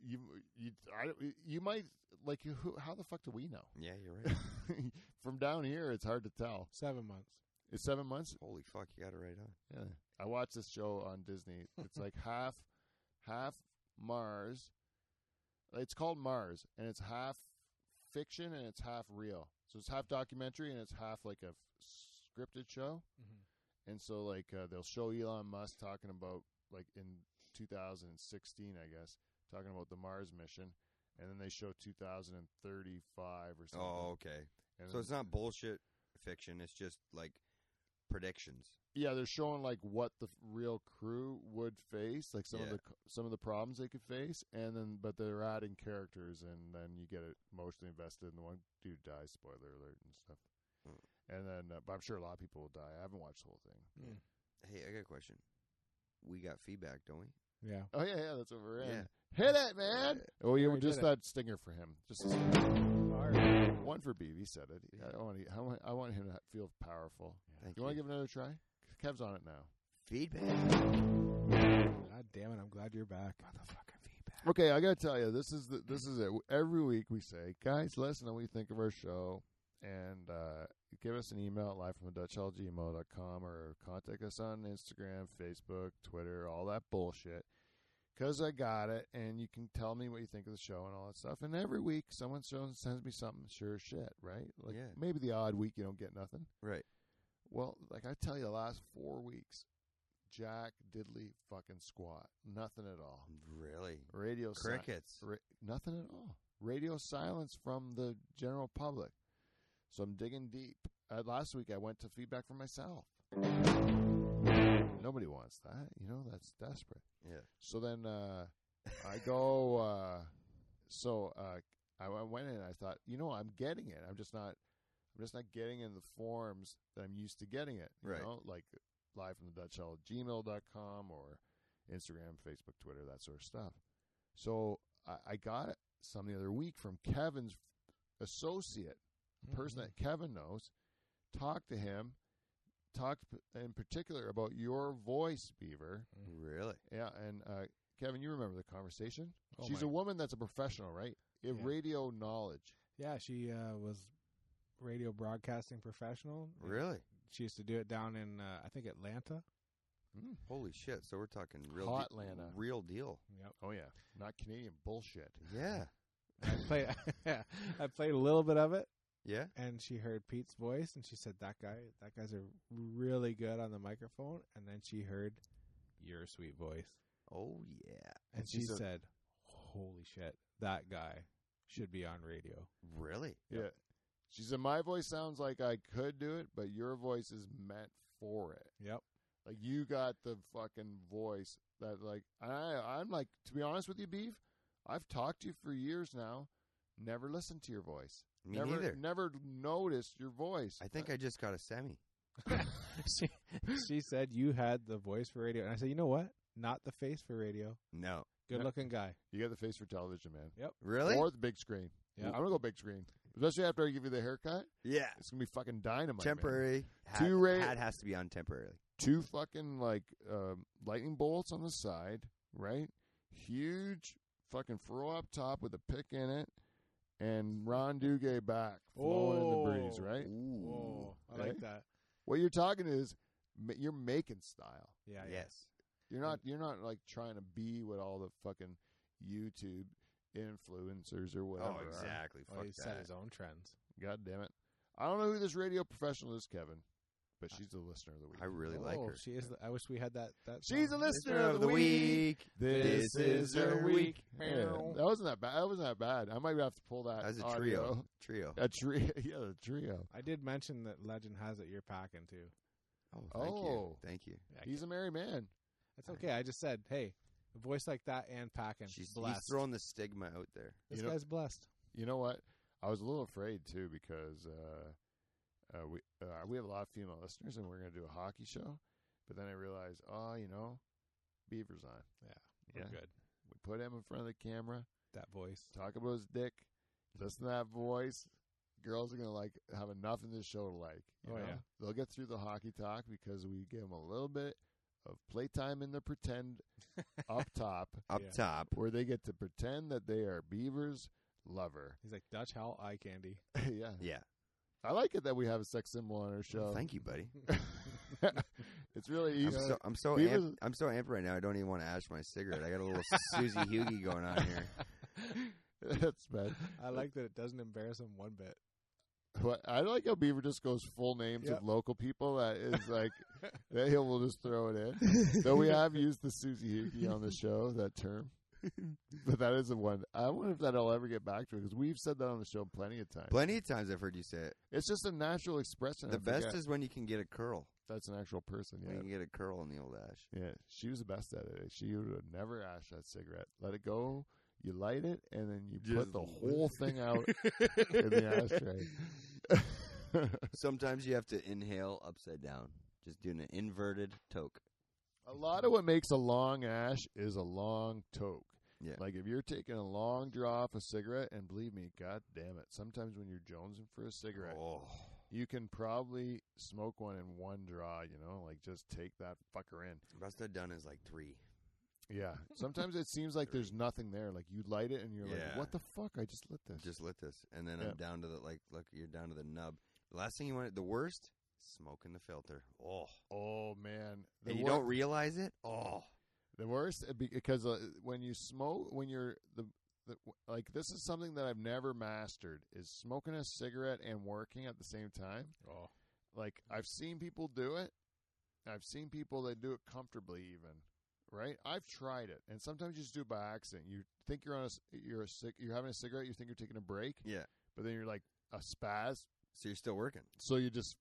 You you I, you might like who, how the fuck do we know? (laughs)
Yeah, you're right.
From down here, it's hard to tell.
Seven months.
It's seven months.
Holy fuck, you got it right on.
Yeah. I watched this show on Disney. It's
(laughs)
like half half Mars. It's called Mars, and it's half fiction and it's half real. So it's half documentary and it's half like a f- scripted show.
Mm-hmm.
And so, like, uh, they'll show Elon Musk talking about, like, in 2016, I guess, talking about the Mars mission. And then they show 2035 or something.
Oh, okay.
and
So it's not bullshit fiction. It's just like predictions.
yeah, they're showing like what the f- real crew would face, like some of
Yeah.
the c- some of the problems they could face, and then but they're adding characters, and then you get emotionally invested. And the one dude dies, spoiler alert, and stuff.
Mm.
And then, uh, but I'm sure a lot of people will die. I haven't watched the whole thing.
Hey, I got a question. We got feedback, don't we? Uh,
Yeah.
Oh yeah, yeah, that's what we're in.
Yeah.
Hit it, man! Oh, you
already
just
did it.
that stinger for him. Just a stinger. one for Beebe said it. I want, I want, I want him to feel powerful.
Thank
You want to give it another try? Kev's on it now.
feedback?
God damn it! I'm glad you're back. Motherfucker, feedback.
okay, I gotta tell you, this is the, this is it. Every week we say, guys, let us know what you think of our show, and uh, give us an email at live from or contact us on Instagram, Facebook, Twitter, all that bullshit. Cause I got it, and you can tell me what you think of the show and all that stuff. And every week, someone shows- sends me something. Sure as shit, right? Like
Yeah.
maybe the odd week you don't get nothing.
Right.
Well, like I tell you, the last four weeks, Jack diddly fucking squat, nothing at all.
Um, Really?
Radio si-
Crickets.
ra- nothing at all. Radio silence from the general public. So I'm digging deep. Uh, last week I went to feedback for myself. Nobody wants that, you know. That's desperate.
Yeah.
So then uh, I go. Uh, so uh, I, I went in. and I thought, you know, I'm getting it. I'm just not. I'm just not getting in the forms that I'm used to getting it. You
Right.
know, like live from the Dutch Hall, gmail.com or Instagram, Facebook, Twitter, that sort of stuff. So I, I got some the other week from Kevin's associate
Mm-hmm.
person that Kevin knows, talked to him, talked p- in particular about your voice, Beaver.
Really?
Yeah, and uh, Kevin, you remember the conversation?
Oh
She's
my-
a woman that's a professional, right? I-
Yeah.
Radio knowledge.
Yeah, she uh, was radio broadcasting professional.
Really?
She used to do it down in uh, I think Atlanta.
Holy shit! So we're talking real
Hot
deal,
Lana.
real deal.
Yep.
Oh yeah, not Canadian bullshit.
Yeah.
I played (laughs) I played a little bit of it
Yeah.
and she heard Pete's voice and she said that guy that guy's a really good on the microphone and then she heard your sweet voice
Oh yeah.
and,
And she
she
said-
said, "Holy shit, that guy should be on radio."
Really?
Yeah, she said my voice sounds like I could do it, but your voice is meant for it.
Yep.
Like you got the fucking voice that like and I I'm like to be honest with you, Beef, I've talked to you for years now, never listened to your voice.
Me
never
neither.
never noticed your voice.
I think I just got a semi.
she, (laughs) she said you had the voice for radio, and I said, "You know what? Not the face for radio.
No.
Good looking guy."
you got the face for television, man.
Really?
Or the big screen.
Yeah.
I'm gonna go big screen. Especially after I give you the haircut.
yeah.
It's gonna be fucking dynamite. man.
Temporary. Hat,
Two ra-
hat has to be on temporarily.
Two fucking like um, lightning bolts on the side, right? Huge fucking fro up top with a pick in it. And Ron Duguay back flowing in the breeze,
Oh.
right?
Whoa, I
Right?
like that.
What you're talking is ma- you're making style.
Yeah, yeah.
Yes.
You're not you're not like trying to be what all the fucking YouTube influencers or whatever.
Oh,
are.
exactly.
Well, he
Fuck
set
that.
his own trends.
God damn it! I don't know who this radio professional is, Kevin, but she's the listener of the week.
I really like
Oh,
her.
She is. The, I wish we had that. that
She's a
song.
listener of the week.
This is her week.
Yeah, that wasn't that bad. That wasn't that bad. I might have to pull that
As a
audio.
trio. Trio.
(laughs) A trio. (laughs) Yeah, the trio.
I did mention that legend has it. You're packing too.
Oh, thank
Oh.
you. Thank you.
He's a merry man.
That's okay. I just said, hey, a voice like that and packing.
She's he's
blessed.
throwing the stigma out there.
this
You know-
guy's blessed.
You know what? I was a little afraid too because uh, uh, we uh, we have a lot of female listeners, and we're going to do a hockey show. But then I realized, oh, you know, Beaver's on.
We're
Yeah.
good.
We put him in front of the camera.
That voice.
talk about his dick, listen to that voice. Girls are gonna like have enough in this show to like. You
Oh,
know?
yeah.
they'll get through the hockey talk because we give them a little bit of playtime in the pretend up top,
Up
Yeah.
top.
where they get to pretend that they are Beaver's lover. (laughs)
He's like Dutch Howell eye candy.
yeah,
Yeah.
I like it that we have a sex symbol on our show. (laughs)
Thank you, buddy.
it's really
I'm
easy. (laughs)
so I'm so
we
amped,
was-
I'm so amped right now. I don't even want to ash my cigarette. I got
(laughs)
a little Susie Hughie going on here.
That's bad.
I like that it doesn't embarrass him one
(laughs)
bit.
What I like how Beaver just goes full names
Yeah.
of local people. That is like that he will just throw it in. Though
(laughs)
we have used the Susie Hickey on the show that term, but that is the one. I wonder if that I'll ever get back to because we've said that on the show plenty of times.
Plenty of times I've heard you say it.
it's just a natural expression.
The
I
best
forget
is when you can get a curl.
that's an actual person.
When
Yeah,
you can get a curl in the old ash.
(laughs) yeah. She was the best at it. She would have never ash that cigarette. Let it go. You light it, and then you put
Just- (laughs)
the whole thing out in the ashtray.
Sometimes you have to inhale upside down. Just doing an inverted toke.
A lot of what makes a long ash is a long toke.
Yeah.
Like if you're taking a long draw off a cigarette, and believe me, god damn it, sometimes when you're jonesing for a cigarette,
Oh.
you can probably smoke one in one draw, you know, like just take that fucker in.
Best I've done is like three.
Yeah. (laughs) Sometimes it seems like there's nothing there. Like you light it and you're like,
Yeah.
what the fuck? I just lit this.
Just lit this, and then
Yeah.
I'm down to the like. Look, you're down to the nub. The last thing you want, the worst, smoking the filter. Oh,
oh man. The
and you
wor-
don't realize it. Oh,
The worst uh, be- because uh, when you smoke, when you're the, the like, this is something that I've never mastered is smoking a cigarette and working at the same time.
Oh.
Like I've seen people do it. I've seen people that do it comfortably, even right. I've tried it, and sometimes you just do it by accident. You think you're on a s- you're a cig- you're having a cigarette. You think you're taking a break,
yeah.
but then you're like a spaz,
So you're still working.
so you just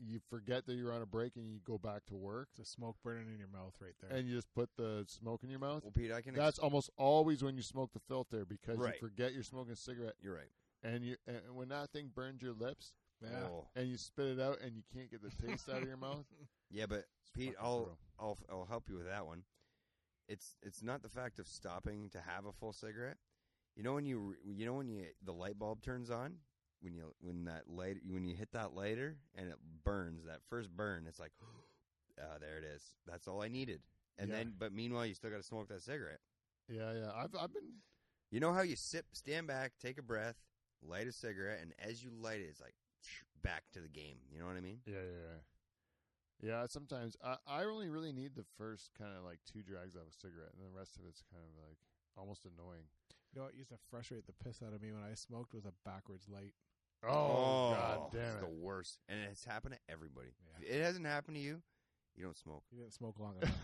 you forget that you're on a break and you go back to work,
It's a smoke burning in your mouth right there.
and you just put the smoke in your mouth.
Well, Pete, I can.
That's almost always when you smoke the filter because
Right.
you forget you're smoking a cigarette
you're right.
and you and when that thing burns your lips
yeah.
Oh.
and you spit it out and you can't get the taste out of your mouth.
Yeah, but
It's
Pete,
fucking
I'll
brutal.
I'll I'll help you with that one. It's it's not the fact of stopping to have a full cigarette. You know when you re- you know when you the light bulb turns on when you when that light when you hit that lighter and it burns that first burn it's like (gasps) ah there it is that's all I needed and
Yeah.
then but meanwhile you still got to smoke that cigarette.
Yeah, yeah. I've I've been
You know how you sip stand back take a breath light a cigarette and as you light it it's like (sniffs) back to the game. You know what I mean?
yeah, yeah, yeah. Yeah, sometimes I, I only really need the first kind of like two drags of a cigarette, and the rest of it's kind of like almost annoying.
You know what used to frustrate the piss out of me when I smoked was a backwards light.
Oh, god
it's
damn it!
the worst, and it's happened to everybody.
Yeah.
If it hasn't happened to you, you don't smoke.
You didn't smoke long
(laughs)
enough.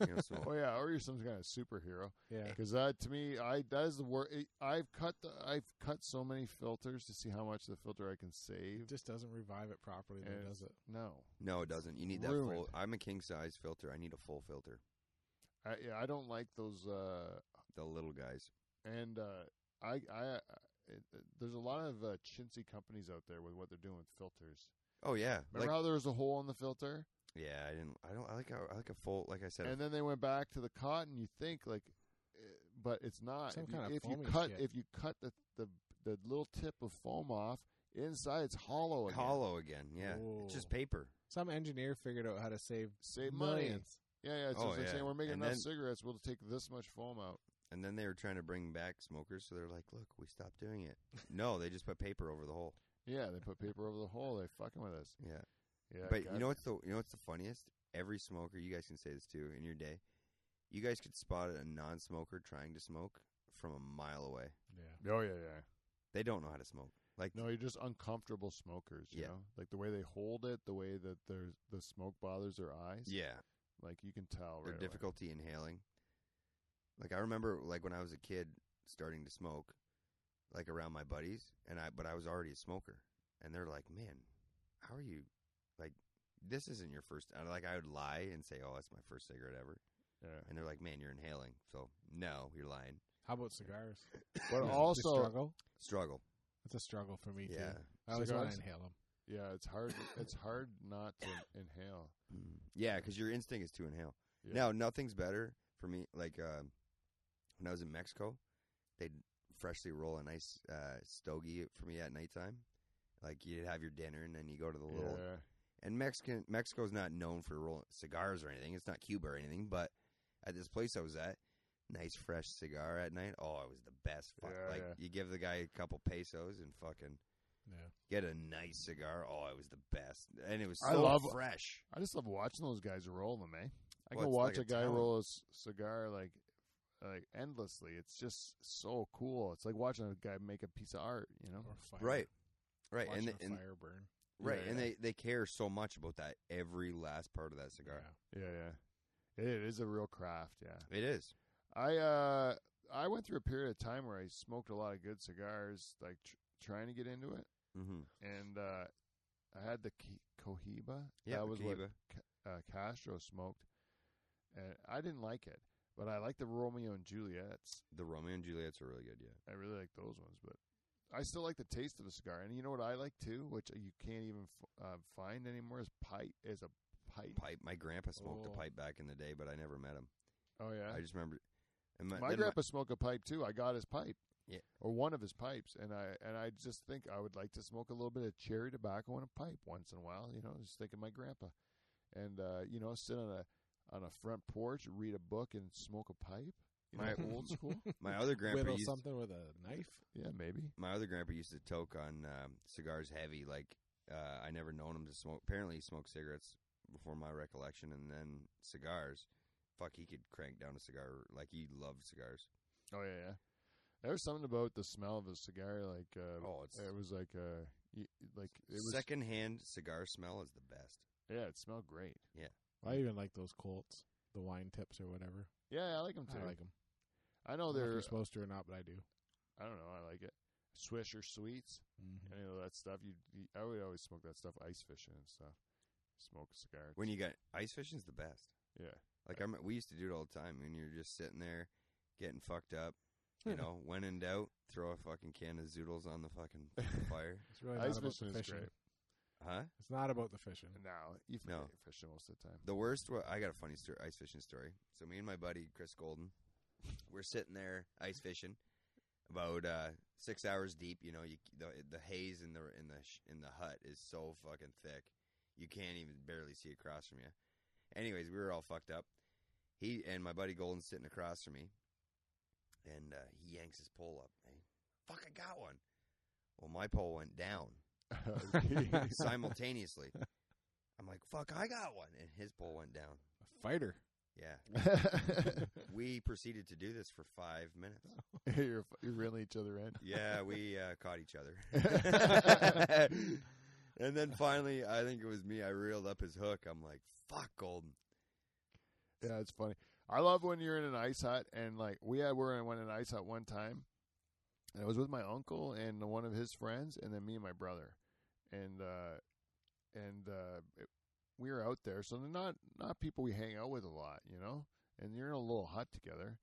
You don't smoke.
Oh yeah, or you're some kind of superhero.
yeah.
Because that to me, I that is the worst. I've cut the I've cut so many filters to see how much the filter I can
It
save.
just doesn't revive it properly,
And
though,
it's-
does it?
No,
no, it doesn't. You need that full.
Ruined.
I'm a king size filter. I need a full filter.
I, yeah, I don't like those. Uh,
The little guys.
and uh, I, I, it, there's a lot of uh, chintzy companies out there with what they're doing with filters.
Oh yeah,
Remember
like
how there was a hole in the filter,
yeah. I didn't. I don't. I like. A, I like a full. Like I said.
and then they went back to the cotton. You think like, eh, but it's not.
Some
if you,
kind of
if you
foamy
cut
shit.
if you cut the, the the little tip of foam off inside, it's hollow. Again.
hollow again. Yeah, it's
Ooh.
just paper.
Some engineer figured out how to save
Save money.
millions.
Yeah, yeah. It's
Oh,
just like
yeah.
saying we're making
And
enough
then-
cigarettes. We'll take this much foam out.
And then they were trying to bring back smokers, so they're like, "Look, we stopped doing it." no, they just put paper over the hole.
Yeah, they put paper over the hole. They fucking with us.
Yeah.
Yeah,
but
God.
you know what's the you know what's the funniest? Every smoker, you guys can say this too in your day. You guys could spot a non-smoker trying to smoke from a mile away.
Yeah.
Oh yeah, yeah.
They don't know how to smoke. Like
No, you're just uncomfortable smokers. You
Yeah.
know, like the way they hold it, the way that their the smoke bothers their eyes.
yeah,
like you can tell.
their
Right away.
difficulty inhaling. Like I remember, like when I was a kid starting to smoke, like around my buddies, and I but I was already a smoker, and they're like, "Man, how are you? Like this isn't your first." And like I would lie and say, "Oh, that's my first cigarette ever," (laughs)
Yeah.
and they're like, "Man, you're inhaling." So no, you're lying.
How about cigars?
But
Is it a
also,
struggle.
Struggle.
It's a struggle for me
Yeah.
too. I always want to
Cigars?
inhale them.
yeah, it's hard. It's hard not to inhale.
Mm. Yeah, because your instinct is to inhale.
Yeah.
Now, nothing's better for me. Like uh, when I was in Mexico, they'd freshly roll a nice uh, stogie for me at nighttime. Like you'd have your dinner and then you go to the little.
Yeah.
And Mexican Mexico's not known for rolling cigars or anything. It's not Cuba or anything. But at this place I was at, nice fresh cigar at night. Oh, it was the best. Fuck.
Yeah,
like
yeah.
you give the guy a couple pesos and fucking
Yeah.
get a nice cigar. Oh, it was the best, and it was so
I love-
fresh.
I just love watching those guys roll them, eh? I
Well,
can
it's
watch
like a
a guy
talent.
roll a c- cigar like like endlessly. It's just so cool. It's like watching a guy make a piece of art, you know?
Or fire.
Right. Right, and,
Watching
the-
a
and
fire burn.
Right,
Yeah,
and
yeah.
they they care so much about that every last part of that cigar.
Yeah, yeah. It is a real craft, yeah.
It is.
I uh I went through a period of time where I smoked a lot of good cigars, like tr- trying to get into it,
Mm-hmm.
and uh I had the Ki- Cohiba.
Yeah,
that was what
Cohiba.
Ca- uh, Castro smoked, and I didn't like it, but I like the Romeo and Juliet's.
The Romeo and Juliet's are really good. Yeah,
I really like those ones, but I still like the taste of the cigar. And you know what I like too, which you can't even f- uh, find anymore, is pipe. Is a pipe.
pipe. My grandpa smoked
Oh.
a pipe back in the day, but I never met him.
Oh yeah,
I just remember. And
my,
then
grandpa smoked a pipe too. I got his pipe,
Yeah.
or one of his pipes, and I and I just think I would like to smoke a little bit of cherry tobacco and a pipe once in a while. You know, just thinking my grandpa, and uh, you know, sit on a on a front porch, read a book, and smoke a pipe? You know,
My-
(laughs) old school?
My other grandpa
Whittle
used
something with a knife.
Yeah, maybe.
my other grandpa used to toke on um, cigars heavy. Like uh, I never known him to smoke. Apparently, he smoked cigarettes before my recollection, and then cigars. Fuck, he could crank down a cigar. Like he loved cigars.
Oh yeah, yeah. There was something about the smell of a cigar. Like, uh,
Oh, it's-
it was like, uh, y- like it was.
Secondhand cigar smell is the best.
yeah, it smelled great.
I even like those Colts, the wine tips or whatever.
Yeah, I like them too.
I like them.
I know
Oh, they're
they're.
you're supposed to or not, but I do.
I don't know. I like it. Swisher sweets,
Mm-hmm.
any of that stuff. You, you, I would always smoke that stuff, ice fishing and stuff. Smoke cigars.
When you got ice fishing is the best.
yeah,
Like I'm, we used to do it all the time. When you're just sitting there getting fucked up, you know. when in doubt, throw a fucking can of zoodles on the
(laughs)
fucking fire,
It's really
Ice
not about
fishing
the
is
fishing.
great.
huh?
It's not about the fishing.
now you forget
No.
you're fishing most of the time.
The worst. Wa- I got a funny story, ice fishing story. So me and my buddy Chris Golden, (laughs) we're sitting there ice fishing, about uh, six hours deep. You know, you, the the haze in the in the sh- in the hut is so fucking thick, you can't even barely see across from you. Anyways, we were all fucked up. He and my buddy Golden's sitting across from me, and uh, he yanks his pole up. Hey, fuck, I got one. Well, my pole went down
(laughs)
(laughs) simultaneously. I'm like, fuck, I got one, and his pole went down.
A (laughs) fighter.
Yeah. (laughs)
(laughs) you're,
We proceeded to do this for five minutes.
f- you're reeling each other in.
Yeah, we uh, caught each other. (laughs) and then finally, I think it was me. I reeled up his hook. I'm like, fuck, Golden.
Yeah, it's funny. I love when you're in an ice hut and like we had we were in one in an ice hut one time. And I was with my uncle and one of his friends and then me and my brother. And uh and uh it- we were out there, so they're not not people we hang out with a lot, you know? And you're in a little hut together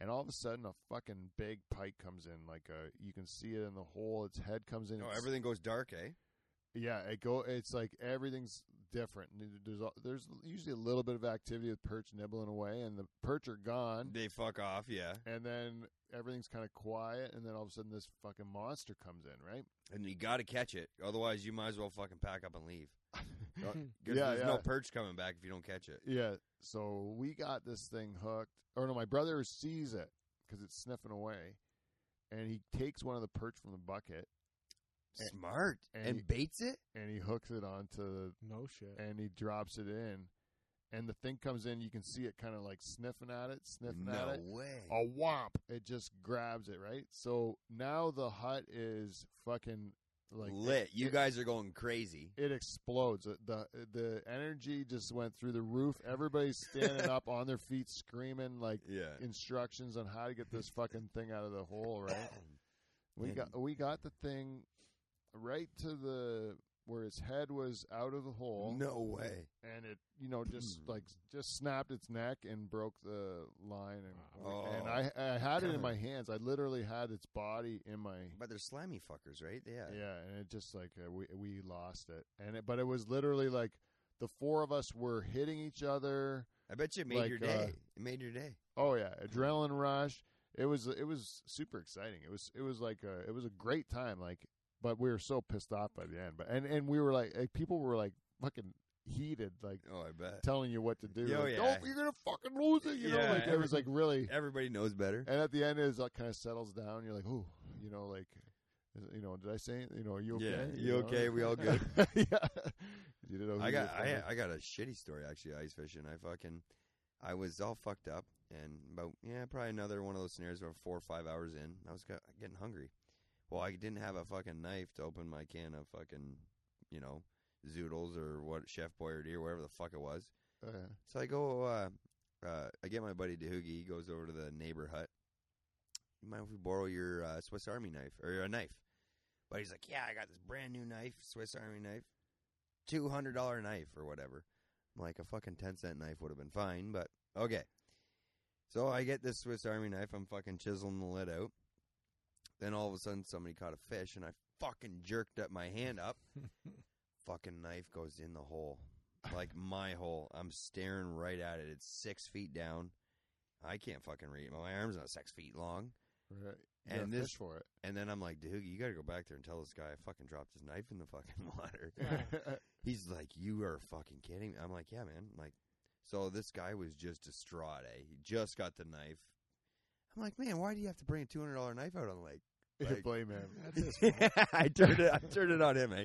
and all of a sudden a fucking big pike comes in, like uh you can see it in the hole, its head comes in,
Oh,
it's-
everything goes dark, eh?
yeah, it go. It's like everything's different. N- There's a- there's usually a little bit of activity with perch nibbling away, and the perch are gone,
They fuck off, yeah.
and then everything's kind of quiet, and then all of a sudden this fucking monster comes in, right?
And you got to catch it. Otherwise, you might as well fucking pack up and leave. Uh, 'cause
Yeah,
there's no
yeah.
perch coming back if you don't catch it.
Yeah. So we got this thing hooked, or no, my brother sees it because it's sniffing away, and he takes one of the perch from the bucket And-
Smart.
and
And,
you-
baits it?
and he hooks it onto
No shit.
and he drops it in, and the thing comes in. You can see it kind of like sniffing at it, sniffing at
No
it.
way.
a womp. It just grabs it, right? So now the hut is fucking like
Lit. You
it-
guys are going crazy.
It explodes. The- The the energy just went through the roof. Everybody's standing up on their feet, screaming like
Yeah.
instructions on how to get this fucking thing out of the hole. Right? We got we got the thing right to the where its head was out of the hole
No Hmm. way.
and it you know just like just snapped its neck and broke the line and
Oh.
and I I had it in
God. (laughs)
my hands. I literally had its body in my
But they're slimy fuckers, right? Yeah.
yeah, and it just like uh, we we lost it and it but it was literally like the four of us were hitting each other.
I bet you it made
Like,
your day.
uh,
it made your day.
Oh yeah, adrenaline rush. It was it was super exciting. It was it was like a, it was a great time. Like, but we were so pissed off by the end. But and and we were like eh, people were like fucking heated like
Oh, I bet.
telling you what to do.
Oh,
like,
yeah.
"Don't- you're gonna fucking lose it. You know,
Yeah,
like it was like really.
Everybody knows better.
And at the end, it like, kind of settles down. You're like, oh, you know, like, is- you know, did I say, anything? you know, are you okay?
Yeah, you
know? (laughs)
okay? We all good?
yeah. You didn't know who
I
you
got
were
I,
fighting.
I got a shitty story actually ice fishing. I fucking I was all fucked up and about yeah probably another one of those scenarios where four or five hours in I was got, getting hungry. Well, I didn't have a fucking knife to open my can of fucking you know zoodles or what Chef Boyardee or whatever the fuck it was.
Uh,
So I go, uh, uh, I get my buddy Dehoogie. He goes over to the neighbor hut. You mind if we borrow your uh, Swiss Army knife or a knife? But he's like, yeah, I got this brand new knife, Swiss Army knife, two hundred dollar knife or whatever. I'm like, a fucking ten cent knife would have been fine, but okay. So I get this Swiss Army knife. I'm fucking chiseling the lid out. Then all of a sudden, somebody caught a fish, and I fucking jerked up my hand up. fucking knife goes in the hole like my hole. I'm staring right at it. It's six feet down. I can't fucking read. it. My arm's not six feet long.
right. You
And
gotta
this-
fish for
(laughs)
it.
And then I'm like, dude, you gotta go back there and tell this guy I fucking dropped his knife in the fucking (laughs) water.
Yeah. (laughs)
He's like, you are fucking kidding me. I'm like, yeah, man. I'm like, So this guy was just distraught. Eh? He just got the knife. I'm like, man, why do you have to bring a two hundred dollar knife out on the lake? Like-
blame
(laughs)
him.
(laughs) I turned it. I turned it on him, eh?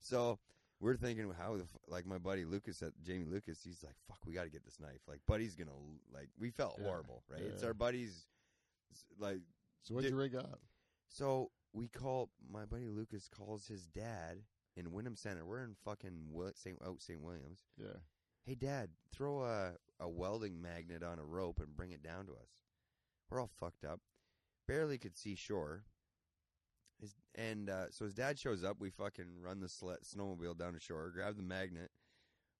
So we're thinking, how the f- like my buddy Lucas, at Jamie Lucas, he's like, "Fuck, we got to get this knife." Like, buddy's gonna l- like. We felt
Yeah,
horrible, right? It's
yeah.
our buddy's. s- Like,
So what'd
Did-
you rig up?
so we call my buddy Lucas calls his dad in Wyndham Center. We're in fucking Wil- St. Out St. Williams.
Yeah.
Hey, dad, throw a a welding magnet on a rope and bring it down to us. We're all fucked up, barely could see shore. His, and uh, so his dad shows up. We fucking run the sled, snowmobile down to shore, grab the magnet,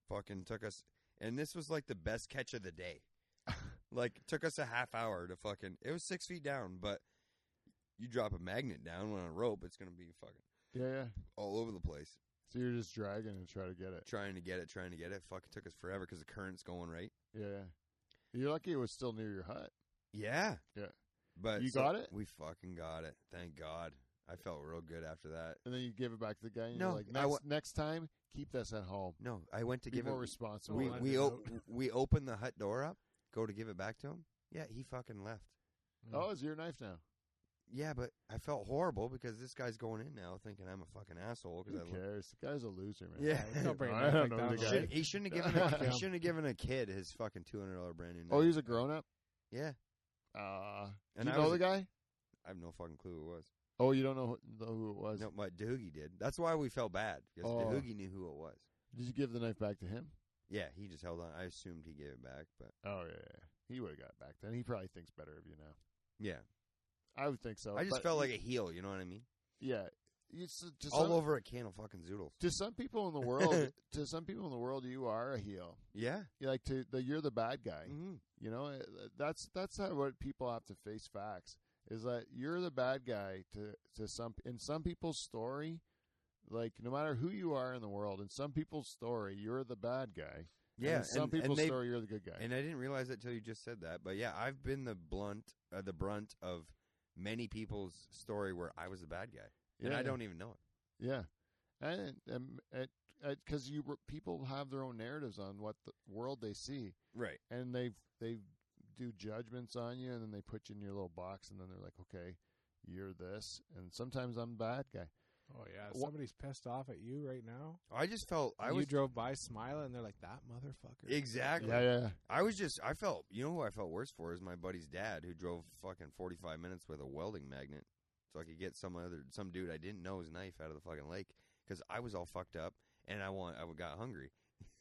fucking took us. And this was like the best catch of the day. like it took us a half hour to fucking. It was six feet down, but you drop a magnet down on a rope, it's gonna be fucking
Yeah, yeah.
all over the place.
So you're just dragging and try to get it.
Trying to get it, trying to get it. Fucking took us forever because the current's going right.
Yeah, yeah. You're lucky it was still near your hut.
Yeah.
Yeah.
But
You got it?
We fucking got it. Thank God. I felt real good after that.
And then you give it back to the guy and
No,
you're like,
I
next,
wa-
next time, keep this at home.
No, I went to
Be
give
more
it.
responsible.
We
Oh, I
we
didn't
o-
(laughs)
we opened the hut door up. Go to give it back to him. Yeah, he fucking left.
oh, it's your knife now.
Yeah, but I felt horrible because this guy's going in now thinking I'm a fucking asshole. Cause
Who
I lo-
cares? The guy's a loser, man.
Yeah.
Don't bring it
I
back
don't
like
know
that
the
on
guy.
the-
Should- he shouldn't have given a,
(laughs) Yeah.
he shouldn't have given a kid his fucking two hundred dollar brand new.
Oh,
knife.
he's a grown up.
yeah.
Uh,
And
you
I
know
was-
the guy?
I have no fucking clue who it was.
Oh, you don't know who, know who it was.
No, my Doogie did. That's why we felt bad because
Oh.
Doogie knew who it was.
Did you give the knife back to him?
Yeah, he just held on. I assumed he gave it back, but
Oh yeah, yeah. he would have got it back then. He probably thinks better of you now.
yeah,
I would think so.
I just
but-
felt like a heel. Uh, You know what I mean?
yeah. It's just
All
some,
over a can of fucking zoodles.
to some people in the
(laughs)
world. to some people in the world, you are a heel.
Yeah.
You're like to the, you're the bad guy.
Mm-hmm.
You know, Uh, that's that's not what people have to face facts is that you're the bad guy to to some in some people's story. Like no matter who you are in the world, in some people's story, you're the bad guy. And
Yeah.
in some
and,
people's
and they-
story, you're the good guy.
and I didn't realize that till you just said that. But yeah, I've been the blunt, uh, the brunt of many people's story where I was the bad guy, and
Yeah.
I don't even know it.
Yeah, and and because you re- people have their own narratives on what the world they see,
Right.
and they they do judgments on you, and then they put you in your little box, and then they're like, okay, you're this, and sometimes I'm the bad guy.
Oh yeah,
Wha-
somebody's pissed off at you right now.
I just felt I
you
was
drove by smiling, and they're like, "That motherfucker."
exactly.
Yeah, yeah,
I was just I felt you know who I felt worse for is my buddy's dad who drove fucking forty five minutes with a welding magnet so I could get some other some dude I didn't know his knife out of the fucking lake because I was all fucked up and I want I got hungry.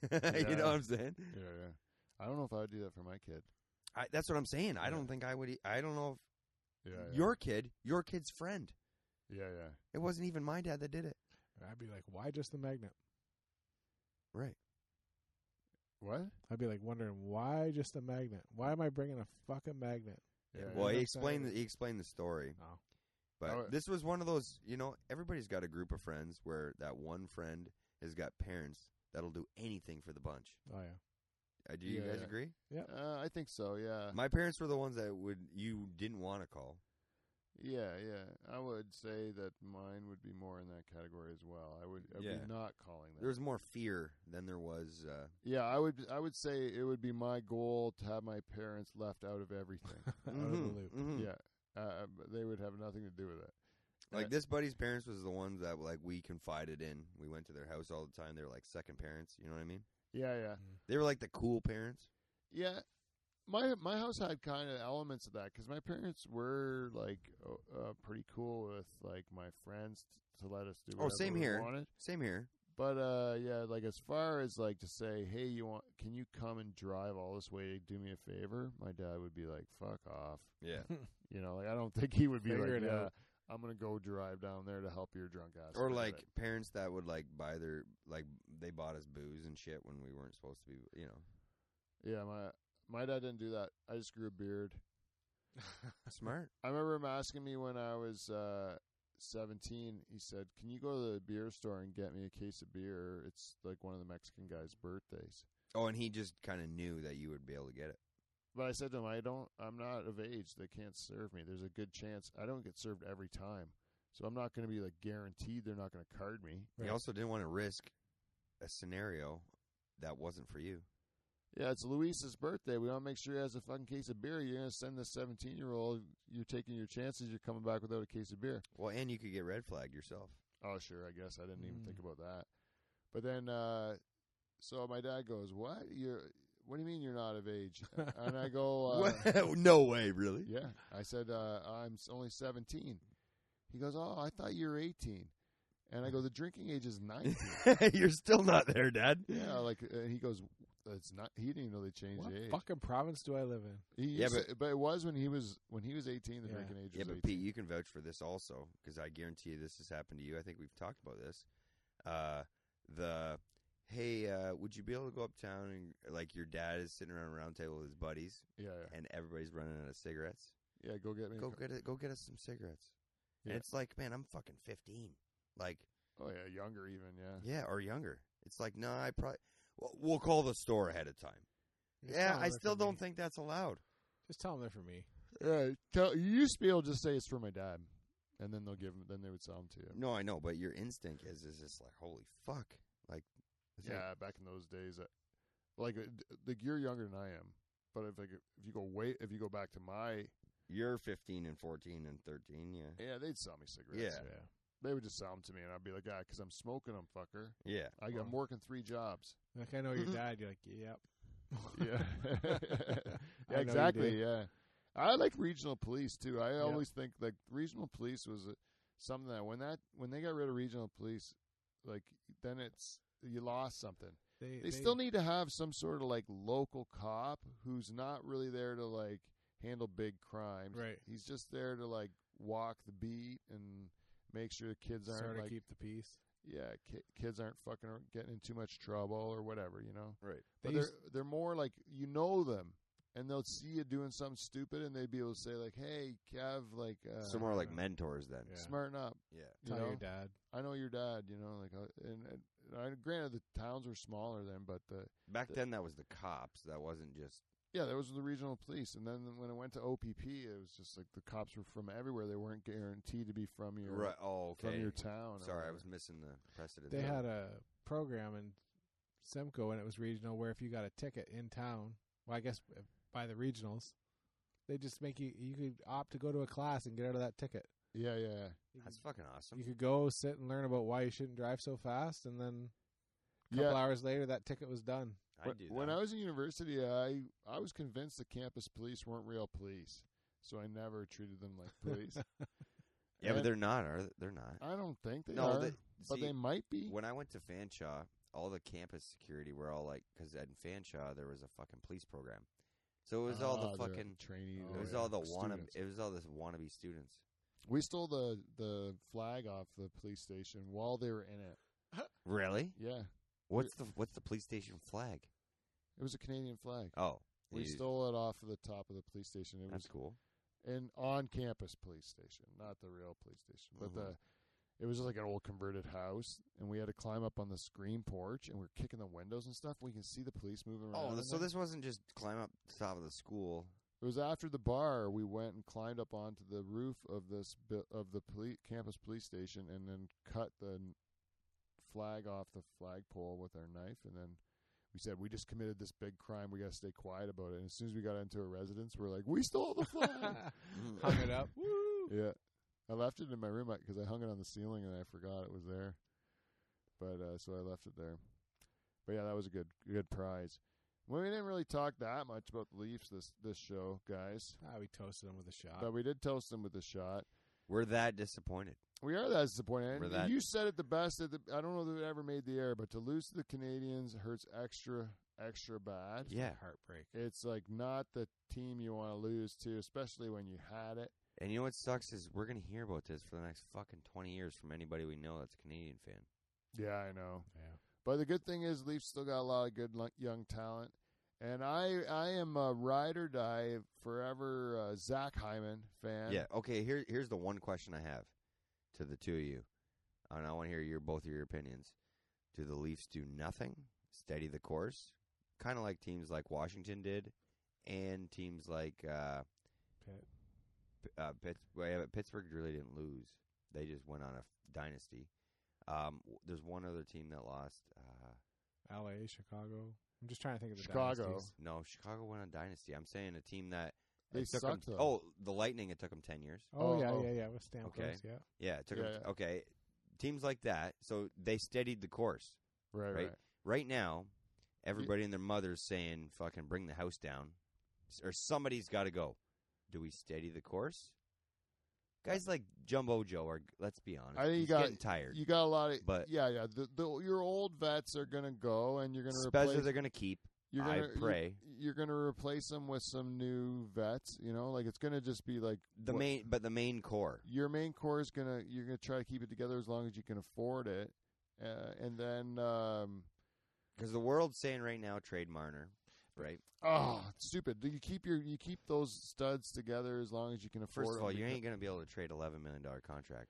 (laughs) you know what I'm saying?
yeah, yeah. I don't know if I would do that for my kid.
I, that's what I'm saying. I
Yeah.
don't think I would. e- I don't know if
Yeah, yeah.
your kid, your kid's friend.
yeah, yeah.
It wasn't even my dad that did it.
And I'd be like, "Why just the magnet?"
Right.
What?
I'd be like wondering why just a magnet. Why am I bringing a fucking magnet?
Yeah,
Well,
yeah.
he explained the, he explained the story.
Oh.
But
Oh, it-
this was one of those, you know, everybody's got a group of friends where that one friend has got parents that'll do anything for the bunch.
Oh yeah.
Uh, do you
Yeah,
guys
yeah.
agree?
yeah. Uh, I think so. Yeah,
My parents were the ones that would you didn't want to call.
yeah, yeah. I would say that mine would be more in that category as well. I would, I would
Yeah.
be not calling that.
There was more fear than there was.
(laughs)
Uh,
Yeah, I would. I would say it would be my goal to have my parents left out of everything.
(laughs)
Out of the
mhm,
loop.
mhm.
yeah, uh, but they would have nothing to do with it.
Like
Yeah.
this buddy's parents was the ones that like we confided in. We went to their house all the time. They were like second parents. You know what I mean?
Yeah, yeah,
They were like the cool parents.
yeah. My my house had kind of elements of that because my parents were like o- uh, pretty cool with like my friends t- to let us do.
Oh,
Whatever
same
we
here.
Wanted.
Same here.
But uh, yeah, like as far as like to say, hey, you want? Can you come and drive all this way? Do me a favor. My dad would be like, fuck off.
Yeah.
You know, like I don't (laughs) think he would be
Figure
like,
it
yeah,
out.
I'm gonna go drive down there to help your drunk ass.
or
out of
like
it."
parents that would like buy their like they bought us booze and shit when we weren't supposed to be.
(laughs)
You know,
yeah, my my dad didn't do that. I just grew a beard.
smart.
I remember him asking me when I was uh, 17. He said, "Can you go to the beer store and get me a case of beer? It's like one of the Mexican guys' birthdays."
Oh, and he just kind of knew that you would be able to get it.
But I said to him, "I don't. I'm not of age. They can't serve me. There's a good chance I don't get served every time." So I'm not going to be like guaranteed they're not going to card me.
He also didn't want to risk a scenario that wasn't for you.
Yeah, it's Luis's birthday. We want to make sure he has a fucking case of beer. You're going to send this 17 year old. You're taking your chances. You're coming back without a case of beer.
Well, and you could get red flagged yourself. (laughs)
Oh, sure. I guess I didn't even
Mm.
think about that. But then, uh, so my dad goes, "What? You're? What do you mean you're not of (laughs) age?" and I go, uh,
no way, really.
"Yeah." I said, uh, "I'm s- only 17." He goes, "Oh, I thought you were 18." And I go, "The drinking age is (laughs) 19."
(laughs) You're still not there, Dad.
yeah, like and he goes, "It's not." He didn't even know they changed
What
the age.
fucking province do I live in?
He
Yeah,
used to- but it was when he was when he was 18. The
Yeah.
drinking age
Yeah,
was
but
18.
Pete, you can vouch for this also because I guarantee you this has happened to you. I think we've talked about this. Uh, the hey, uh, would you be able to go uptown and like your dad is sitting around a round table with his buddies
yeah,
and everybody's running out of cigarettes?
yeah, yeah. Go get me. a
Go
co-
get it. Go get us some cigarettes.
Yeah.
And it's like, man, I'm fucking 15. Like,
oh yeah, younger even. Yeah.
yeah, or younger. It's like, no, I probably we'll, we'll call the store ahead of time.
Just
yeah,
tell 'em
I
they're
still
for
don't
me.
think that's allowed.
Just tell them they're for me.
Yeah, tell, you used to be able to just say it's for my dad, and then they'll give them. Then they would sell them to you.
No, I know, but your instinct is is just like, holy fuck, like, it's like-
yeah, back in those days, uh, like uh, d- like you're younger than I am, but if like if you go wait, if you go back to my
You're 15 and 14 and 13, yeah.
yeah, they'd sell me cigarettes.
Yeah.
they would just sell them to me, and I'd be like, yeah, because I'm smoking them, fucker.
Yeah.
I, I'm working three
(laughs)
jobs.
Like I know your
Mhm.
dad. You're like, yep. (laughs)
Yeah,
know
(laughs)
yeah
you
exactly.
do.
Yeah, I like regional police too. I
Yeah.
always think like regional police was uh, something that when that when they got rid of regional police, like then it's you lost something.
They,
they still need to have some sort of like local cop who's not really there to like handle big crimes.
Right.
He's just there to like walk the beat and make sure the kids aren't
sort of
like
keep the peace.
yeah, ki- kids aren't fucking or getting in too much trouble or whatever, you know.
Right.
But
They
they're
used-
they're more like you know them and they'll see you doing something stupid and they'd be able to say like, "Hey, Kev, like uh,
so more like mentors then.
Yeah.
smarten up."
Yeah.
You
Tell
know?
your dad.
I know your dad, you know, like uh, and, and I granted the towns were smaller then, but the
Back then that was the cops. That wasn't just
Yeah, there was the regional police, and then when it went to OPP, it was just like the cops were from everywhere. They weren't guaranteed to be from your
right. Oh, okay.
from your uh, town. or
Sorry, I
whatever.
was missing the precedent.
They
there.
had a program in Semco, and it was regional, where if you got a ticket in town, well, I guess uh, by the regionals, they just make you you could opt to go to a class and get out of that ticket.
yeah, yeah, yeah.
You
That's
could-
fucking awesome.
you could go sit and learn about why you shouldn't drive so fast, and then a couple
Yeah.
hours later, that ticket was done.
I
When-
do that.
when I was in university, I I was convinced the campus police weren't real police, so I never treated them like police.
yeah, but
and-
they're not, are they? They're not.
I don't think they
no,
are,
they,
but
see,
they might be.
when I went to Fanshawe, all the campus security were all like, because at Fanshawe there was a fucking police program, so it was all
Ah,
the fucking,
trainee.
it
it
uh,
was all the wannabe,
students.
it was all the wannabe students.
We stole the the flag off the police station while they were in it.
Really?
Yeah,
What's the what's the police station flag?
it was a Canadian flag.
Oh,
We
you-
stole it off of the top of the police station. It was
That's cool.
an on-campus police station, not the real police station, but
Mhm.
the it was like an old converted house, and we had to climb up on the screen porch, and we're kicking the windows and stuff. We can see the police moving around.
Oh,
in
so
there.
this wasn't just climb up to the top of the school.
it was after the bar. We went and climbed up onto the roof of this bu- of the poli- campus police station, and then cut the n- flag off the flagpole with our knife, and then. We said we just committed this big crime. We got to stay quiet about it. And as soon as we got into a residence, we're like, "We stole the
(laughs)
flag!"
Hung
(laughs)
it up.
Yeah, I left it in my room because I hung it on the ceiling and I forgot it was there. But uh, so I left it there. But yeah, that was a good good prize. Well, we didn't really talk that much about the Leafs this this show, guys.
Ah, we toasted him with a shot.
But we did toast them with a shot.
We're that disappointed.
We are that disappointed.
We're
And
that-
You said it the best. At the, I don't know that it ever made the air, but to lose to the Canadians hurts extra extra bad.
Yeah,
heartbreak.
It's like not the team you want to lose to, especially when you had it.
and you know what sucks is we're gonna hear about this for the next fucking twenty years from anybody we know that's a Canadian fan.
Yeah, I know.
Yeah.
But the good thing is, Leafs still got a lot of good lo- young talent, and I I am a ride or die forever uh, Zach Hyman fan.
Yeah. Okay. Here, here's the one question I have to the two of you, and I want to hear your both of your opinions. Do the Leafs do nothing, steady the course, kind of like teams like Washington did, and teams like uh,
Pitt.
P- uh, Pitts well, yeah, but Pittsburgh really didn't lose; they just went on a f- dynasty. Um, w- there's one other team that lost. Uh,
LA, Chicago. I'm just trying to think of the
Chicago.
dynasties.
No, Chicago won on Dynasty. I'm saying a team that it
They
took 'em-
sucked, though.
Oh, the Lightning. It took them ten years.
Oh,
Oh,
yeah,
oh.
yeah, yeah. With Stamkos,
Okay.
yeah.
Yeah, it took
Yeah,
'em-
yeah.
Okay, teams like that. So they steadied the course.
Right,
right.
right.
Right now, everybody and their mother's saying, "Fucking bring the house down," S- or somebody's got to go. Do we steady the course? Guys like Jumbo Joe are. Let's be honest.
I think you
he's
got-
getting tired.
You got a lot of,
But-
yeah, yeah. The, the your old vets are gonna go, and you're gonna
Spezza
replace.
they're going to keep.
You're
I
gonna, you-
pray.
you're gonna replace them with some new vets. You know, like it's gonna just be like
The
what-
main, but the main core.
your main core is gonna you're gonna try to keep it together as long as you can afford it, uh, and then um,
Because the world's saying right now, trade Marner, right?
oh, it's stupid. Do you keep your you keep those studs together as long as you can afford?
First of
them
all, you
because-
ain't going to be able to trade eleven million dollar contract.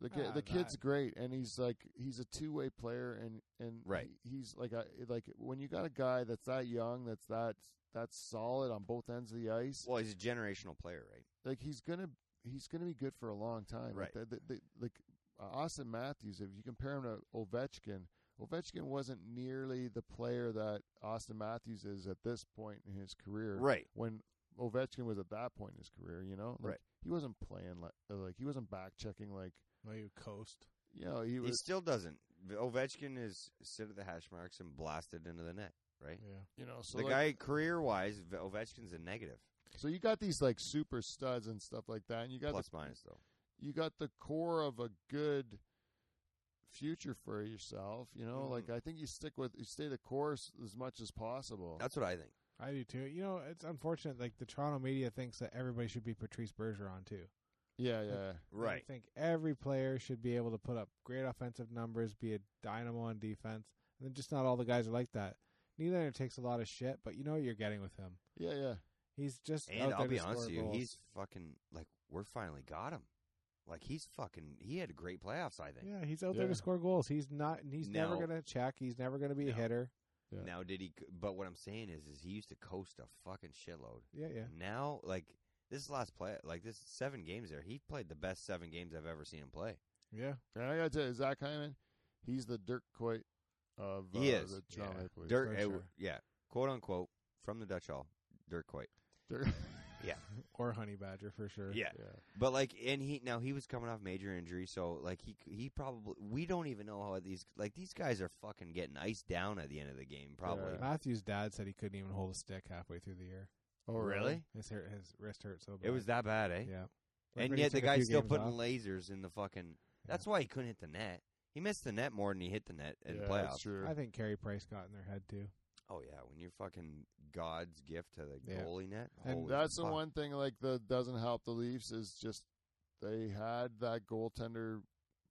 The, ki-
Ah,
the kid's
that-
great, and he's like he's a two way player, and and
Right.
he- he's like a like when you got a guy that's that young, that's that that's solid on both ends of the ice.
Well, he's a generational player, right?
Like he's gonna he's gonna be good for a long time. Like,
Right.
the, the, the, like uh, Austin Matthews, if you compare him to Ovechkin, Ovechkin wasn't nearly the player that Austin Matthews is at this point in his career.
Right.
When Ovechkin was at that point in his career, you know, like,
Right.
He wasn't playing like uh, like he wasn't back checking like.
Well, you coast.
You know, he
He
was
still doesn't. Ovechkin is sit at the hash marks and blasted into the net, right?
Yeah.
you know so
the
like-
guy career wise, Ovechkin's a negative.
So you got these like super studs and stuff like that, and you got
Plus
the,
minus though.
You got the core of a good future for yourself. You know,
Mhm.
like I think you stick with you stay the course as much as possible.
That's what I think.
I do too. You know, it's unfortunate. Like the Toronto media thinks that everybody should be Patrice Bergeron too.
yeah, yeah.
I think every player should be able to put up great offensive numbers, be a dynamo on defense, and then just not all the guys are like that. Nylander takes a lot of shit, but you know what you're getting with him.
Yeah, yeah.
He's just out
And I'll
there
be
to
honest
score
with you,
goals.
he's fucking like we're finally got him. Like he's fucking. He had a great playoffs. I think.
yeah, he's out there
Yeah.
to score goals. He's not. He's
No.
never gonna check. He's never gonna be a
No.
hitter.
Yeah.
Now did he? c- But what I'm saying is, is he used to coast a fucking shitload.
Yeah, yeah.
Now, like this last play, like this seven games there, he played the best seven games I've ever seen him play.
Yeah. (laughs)
And I gotta tell you, Zach Hyman, he's the Dirk Coit of uh,
He is.
the Toronto
Yeah.
Maple Leafs. (laughs)
Dirk,
for
uh,
sure.
yeah, quote unquote from the Dutch Hall, Dirk Coit.
Dirk.
Yeah.
Or honey badger for sure.
Yeah, but like, and he now he was coming off major injury, so like he he probably we don't even know how these like these guys are fucking getting iced down at the end of the game.
Uh,
Probably
Yeah.
Matthew's dad said he couldn't even hold a stick halfway through the year.
Oh,
His hurt, his wrist hurt so bad.
It was that bad, eh?
Yeah.
And
Everybody
yet the
took a few
guy's still
games
putting
off.
lasers in the fucking. That's why he couldn't hit the net. He missed the net more than he hit the net in
yeah,
playoffs.
That's true.
I think Carey Price got in their head too.
Oh yeah, when you're fucking God's gift to the
Yeah.
goalie net.
And
holy
That's the
fuck.
one thing like that doesn't help the Leafs is just they had that goaltender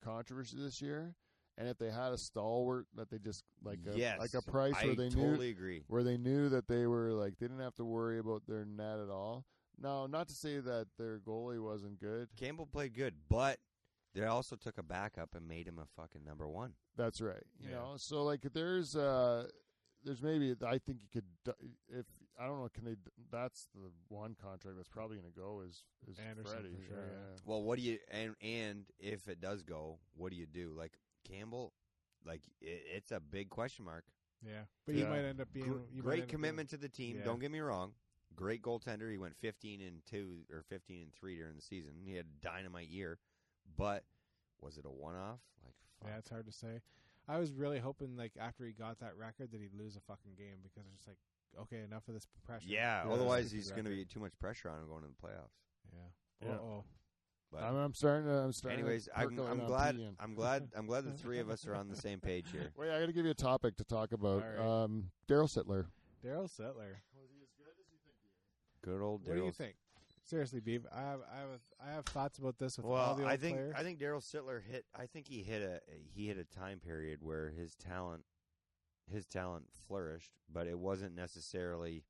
controversy this year, and if they had a stalwart that they just like a,
yes,
like a price
I
where they
totally
knew
agree.
where they knew that they were like they didn't have to worry about their net at all. Now, not to say that their goalie wasn't good.
Campbell played good, but they also took a backup and made him a fucking number one.
That's right. You
Yeah.
know, so like there's uh there's maybe I think you could d- if I don't know can they d- that's the one contract that's probably going to go is is
Anderson,
Freddie.
for sure, yeah.
Well, what do you and and if it does go, what do you do? Like Campbell, like it, it's a big question mark.
Yeah. But you
Yeah.
might end up being
Gr-
you might end
great
up
commitment to the team.
Yeah.
Don't get me wrong. Great goaltender. He went 15 and 2 or 15 and 3 during the season. He had a dynamite year. But was it a one off? Like fuck.
Being, yeah, it's hard to say. I was really hoping like after he got that record that he'd lose a fucking game because it's just like okay, enough of this pressure.
Yeah,
Yeah,
otherwise
stupid
he's going to
record.
be too much pressure on him going to the playoffs.
Yeah.
Yeah.
Oh,
But
I'm, I'm starting to. I'm starting. to
anyways, I'm,
percolate
I'm
on
glad
peeing.
I'm glad I'm (laughs) glad the three of us are on the same page here.
Wait, I got to give you a topic to talk about.
All right.
Um, Daryl Sittler.
Daryl Settler.
Good old
What do you
Daryl.
think? Seriously, Beeb, I have I have I have thoughts about this with all
Well,
the old
I think
players.
I think Daryl Sittler hit. I think he hit a he hit a time period where his talent his talent flourished, but it wasn't necessarily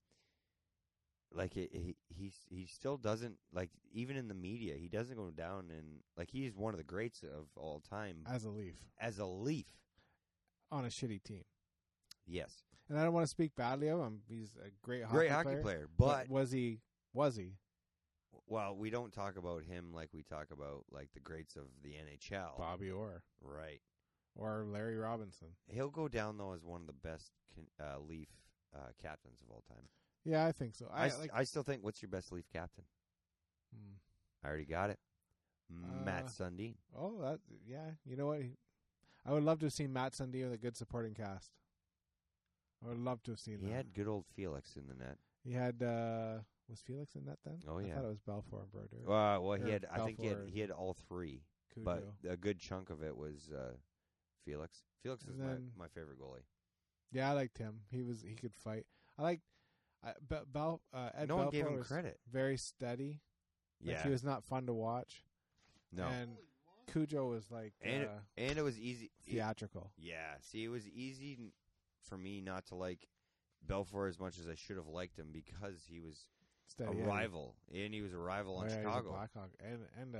like it, he he he still doesn't like even in the media he doesn't go down and like he's one of the greats of all time
as a Leaf
as a Leaf.
on a shitty team.
Yes,
And I don't want to speak badly of him. He's a great hockey
great hockey player, but
was he was he?
well, we don't Oh. talk about him like we talk about like the greats of the NHL,
Bobby Orr.
right?
or Larry Robinson.
He'll go down though as one of the best can, uh, Leaf uh, captains of all time.
Yeah, I think so.
I,
I,
s-
like.
I still think what's your best Leaf captain?
Hmm.
I already got it.
Uh,
Matt Sundin.
Oh, that yeah. You know what? I would love to have seen Matt Sundin with a good supporting cast. I would love to have seen
He
that.
had good old Felix in the net.
he had uh was Felix in that then?
Oh,
I
yeah.
thought it was Balfour and Broder.
Uh, well, he
Or
had. I think he had.
Balfour.
He had all three,
Cujo.
but a good chunk of it was uh, Felix. Felix
And
is
then-
my my favorite goalie.
yeah, I liked him. He was he could fight. I liked I, Bel, Bel, uh, Ed
no one gave
Balfour
him
was
credit.
Very steady. Like,
Yeah,
he was not fun to watch.
no, and,
And Cujo was like
And-
uh,
it was easy. e-
theatrical.
Yeah, see, it was easy n- for me not to like Belfour as much as I should have liked him because he was
Steady.
a
Eddie.
rival, and he was a rival
Oh,
on
yeah, he was a
Chicago,
Blackhawk. And and uh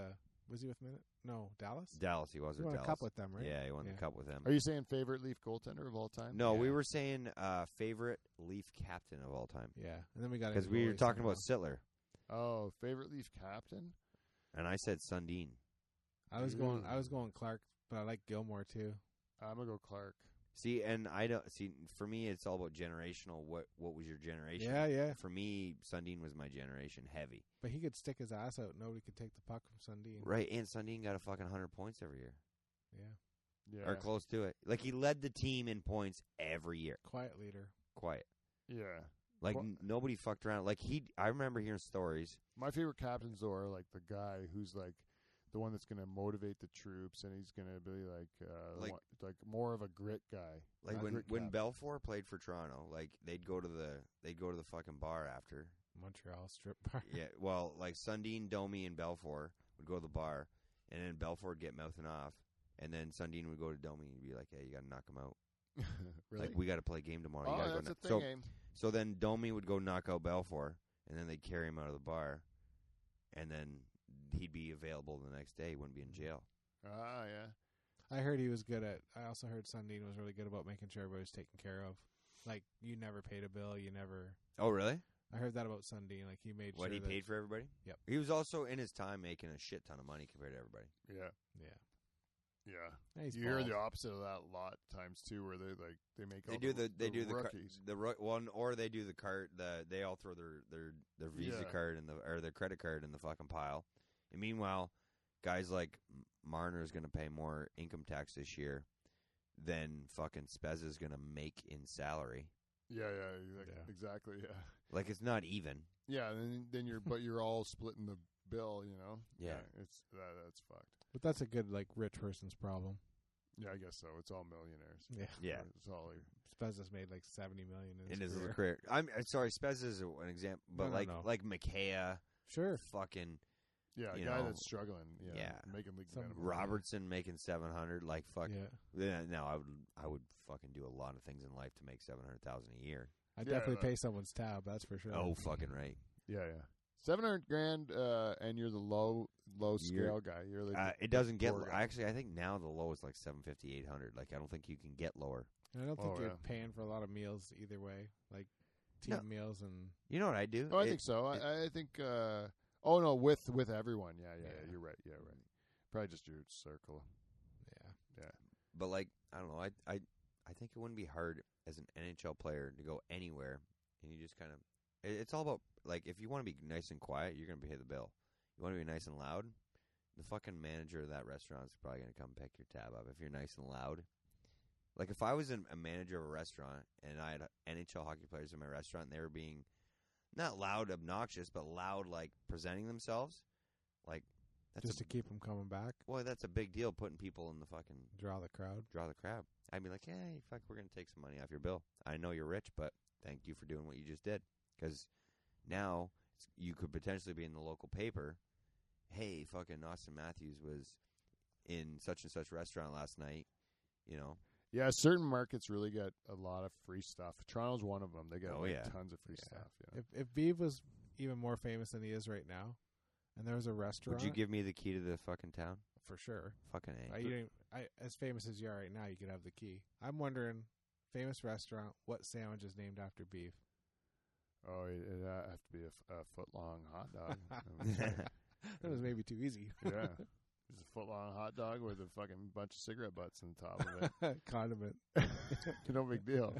was he with Minute? No, Dallas?
Dallas. He was
He
with
won a
Dallas.
cup with them, right?
Yeah, he won
Yeah.
the cup with them.
Are you saying favorite Leaf goaltender of all time?
No, we
Yeah.
were saying uh, favorite Leaf captain of all time
Yeah, and then we got
because we were talking about Sittler,
Oh, favorite Leaf captain?
and I said Sundin.
I was going. I
Ooh.
was going Clark, but I like Gilmore too.
I'm gonna go Clark.
See, and I don't see. For me, it's all about generational. What what was your generation?
Yeah, yeah.
For me, Sundin was my generation heavy.
But he could stick his ass out. Nobody could take the puck from Sundin.
Right, and Sundin got a fucking hundred points every year,
Yeah,
Yeah.
or close to it. Like he led the team in points every year.
quiet leader.
Quiet.
yeah.
Like
Well-
n- nobody fucked around. Like he, I remember hearing stories.
My favorite captains though are like the guy who's like the one that's gonna motivate the troops and he's gonna be like uh the
Like-
one- like more of a grit guy.
Like
Not
when
grit
when
captain.
Belfour played for Toronto, like they'd go to the they'd go to the fucking bar after.
Montreal strip bar.
yeah, well, like Sundin, Domi, and Belfour would go to the bar, and then Belfour would get mouthing off, and then Sundin would go to Domi and be like, "Hey, you got to knock him out.
(laughs) really?
Like we got to play a game tomorrow. you
oh,
gotta go
that's a
kn-"
thing,
so
Aim.
so then Domi would go knock out Belfour, and then they'd carry him out of the bar, and then he'd be available the next day. Wouldn't be in jail.
Ah, yeah.
I heard he was good at. I also heard Sundin was really good about making sure everybody was taken care of. Like you never paid a bill. You never.
Oh, really?
I heard that about Sundin. Like he made
What
sure
he
that,
paid for everybody?
Yep.
He was also in his time making a shit ton of money compared to everybody.
Yeah.
Yeah,
Yeah.
And he's
you hear the
bald.
opposite of that a lot times too where they like they make
they
all
do the, they do the car-
rookies.
the ro- one or they do the card the they all throw their their their Visa
Yeah.
card in the or their credit card in the fucking pile. And meanwhile, guys like M- Marner is going to pay more income tax this year than fucking Spezza is going to make in salary.
yeah, yeah, exactly.
Yeah.
Exactly, yeah.
Like it's not even.
Yeah, and then then you're but you're all splitting the bill, you know.
Yeah.
it's that, that's fucked.
but that's a good like rich person's problem.
Yeah, I guess so. It's all millionaires.
Yeah,
Yeah.
it's all like,
Spezza's made like seventy million in his,
In his
career.
career, I'm, I'm sorry, Spezza is an example, but
No, no,
like
no.
like Mikheya,
Sure,
fucking
yeah, a
You
guy
know,
that's struggling. Yeah,
yeah.
making league
Some-
minimum.
Robertson making seven hundred, like fuck,
yeah.
Yeah, no, I would I would fucking do a lot of things in life to make seven hundred thousand a year.
I
Yeah, uh,
definitely
that-
pay someone's tab. That's for sure.
Oh, fucking right.
Yeah, yeah. Seven hundred grand, uh, and you're the low low scale
You're-
guy. You're like
Uh,
the-
it doesn't get
poor guy.
actually. I think now the low is like seven fifty eight hundred. Like I don't think you can get lower.
And I don't think
Oh,
you're
yeah.
paying for a lot of meals either way, like team
No.
meals and
You know what I do?
Oh, I
It-
think so.
it-
I, I think. Uh, oh no, with with everyone. Yeah, yeah, yeah,
Yeah.
You're right. Yeah, right. Probably just your circle.
yeah.
but like I don't know. I I I think it wouldn't be hard as an NHL player to go anywhere and you just kind of. It, it's all about like if you want to be nice and quiet, you're gonna pay the bill. You want to be nice and loud. The fucking manager of that restaurant's probably gonna come pick your tab up if you're nice and loud. Like if I was an, a manager of a restaurant and I had NHL hockey players in my restaurant, and they were being not loud, obnoxious, but loud, like presenting themselves, like that's
just
a,
to keep them coming back,
boy, that's a big deal. Putting people in the fucking
draw the crowd.
draw the crowd. I'd be like, hey, fuck, we're going to take some money off your bill. I know you're rich, but thank you for doing what you just did. Because now it's- you could potentially be in the local paper. Hey, fucking Austin Matthews was in such and such restaurant last night. You know,
Yeah, certain markets really get a lot of free stuff. Toronto's one of them. They get
Oh,
like,
yeah.
tons of free
Yeah.
stuff. Yeah.
If if Beav was even more famous than he is right now, and there was a restaurant,
would you give me the key to the fucking town?
for sure?
Fucking
I,
A. (laughs)
you (laughs) don't- I, as famous as you are right now, you could have the key. I'm wondering, famous restaurant, what sandwich is named after Beef? (laughs)
Oh, it, it uh,
(laughs)
have to be a, f- a foot long hot dog.
Mm.
that was maybe too easy.
yeah, It's a foot long hot dog with a fucking bunch of cigarette butts on top of it.
(laughs) condiment
Uh,
(laughs) no big
(laughs)
deal.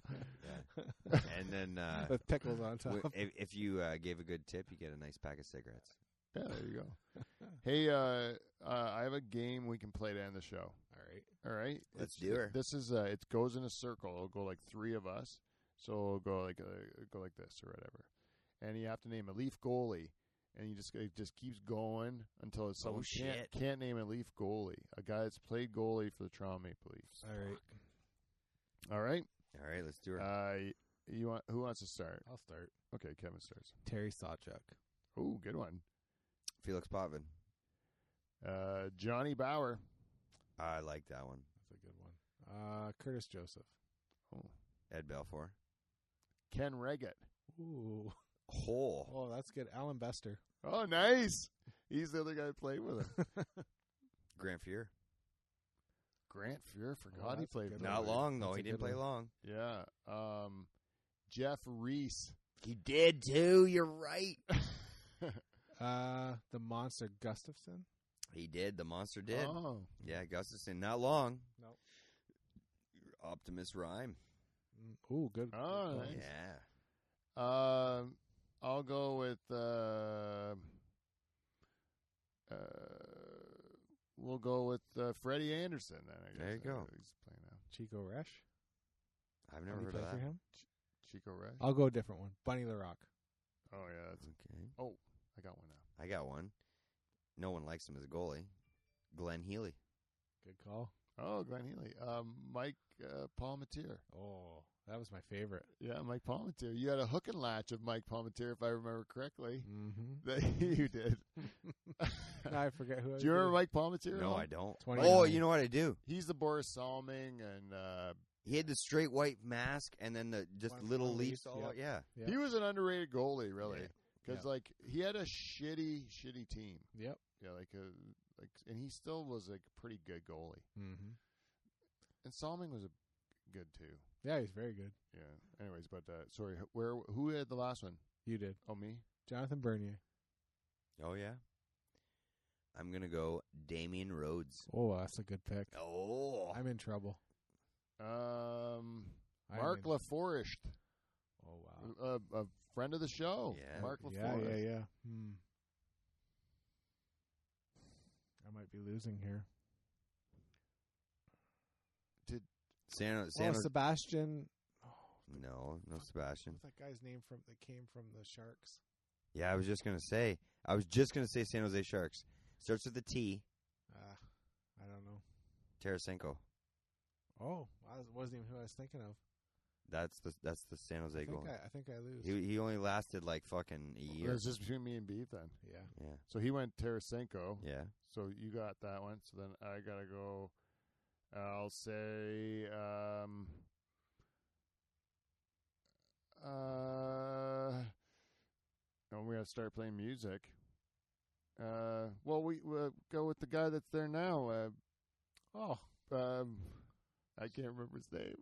And then uh,
(laughs) with pickles on top.
w- if, if you uh, gave a good tip, you get a nice pack of cigarettes.
Yeah, there you go. Hey, uh, uh, I have a game we can play to end the show.
All right.
All right,
Let's
It's-
do her.
This is uh, it goes in a circle. It'll go like three of us, so it'll go like uh, go like this or whatever. And you have to name a leaf goalie, and you just it just keeps going until it's someone can't
Oh, shit.
can't name a leaf goalie, a guy that's played goalie for the Toronto Maple Leafs.
All right.
All right,
All right, let's do it.
uh, you want who wants to start?
I'll start.
Okay, Kevin starts.
Terry Sawchuk.
Oh, good one,
Felix Potvin.
uh, Johnny Bauer.
I like that one.
That's a good one. Uh, Curtis Joseph.
Oh.
Ed Belfour.
Ken Reggett.
Ooh.
Hole.
Oh, that's good. Alan Bester.
Oh, nice. He's the other guy that played with him.
(laughs) Grant Fuhr.
Grant Fuhr forgot he
that's a
played.
good
with
one.
him.
Not long though.
That's
He
a
didn't
good
play
one.
long.
Yeah. Um, Jeff Reese.
He did too. You're
(laughs)
right.
Uh, the monster Gustafson.
He did. The monster did.
Oh,
Yeah, Gustafson. Not long.
Nope.
Optimus Rhyme.
Mm, Ooh, good.
Oh,
good
nice.
one.
Yeah.
um, I'll go with. Uh, uh, we'll go with uh, Freddie Anderson. Then I guess.
There you
I
go.
know He's playing now.
Chico Resch.
I've
Did
never
he
heard
play
of that.
for him?
Chico Ray.
Uh,
I'll go a different one. Bunny LaRock.
Oh yeah, that's, oh,
Okay.
I got one now.
I got one. No one likes him as a goalie. Glenn Healy.
Good call.
Oh, Glenn Healy. Um, Mike uh, Palmatier.
Oh, that was my favorite.
Yeah, Mike Palmatier. You had a hook and latch of Mike Palmatier, if I remember correctly.
(laughs) Mm-hmm.
That (laughs) you
(laughs)
did.
now I forget
(laughs)
who. I
Do you remember
did.
Mike Palmatier?
No, I don't.
29.
Oh, you know what I do?
He's the Boris Salming, and uh,
He had the straight white mask and then the just
One-
little
one
leaps.
leaf,
all
yep.
Yeah.
Yeah.
he was an underrated goalie, really, because
Yeah.
like he had a shitty, shitty team.
Yep.
Yeah, like a, like, and he still was like a pretty good goalie.
Mm-hmm.
And Salming was a good too.
Yeah, he's very good.
Yeah. Anyways, but uh, sorry, wh- where who had the last one?
You did.
Oh, me.
Jonathan Bernier.
Oh yeah. I'm gonna go Damien Rhodes.
Oh, that's a good pick.
Oh.
I'm in trouble.
Um,
I'm
Mark
in-
LaForest,
Oh wow.
a, a friend of the show.
Yeah.
Mark
yeah,
LaForest.
yeah, yeah. Hmm. I might be losing here.
San,
Oh,
San
Sebastian. oh,
No, no Sebastian.
What's that guy's name from that came from the Sharks?
Yeah, I was just gonna say. I was just gonna say San Jose Sharks. Starts with a T.
Ah, I don't know.
Tarasenko.
Oh, I was- wasn't even who I was thinking of.
That's the that's the San
I
Jose
think
goal.
I, I think I lose.
He he only lasted like fucking a
It
year.
was just between me and Beef then.
yeah.
Yeah.
So he went Tarasenko.
Yeah.
So you got that one. So then I gotta go. I'll say. Um, uh, and we gotta start playing music. Uh, well, we we'll go with the guy that's there now. Uh, oh, um, I can't remember his name.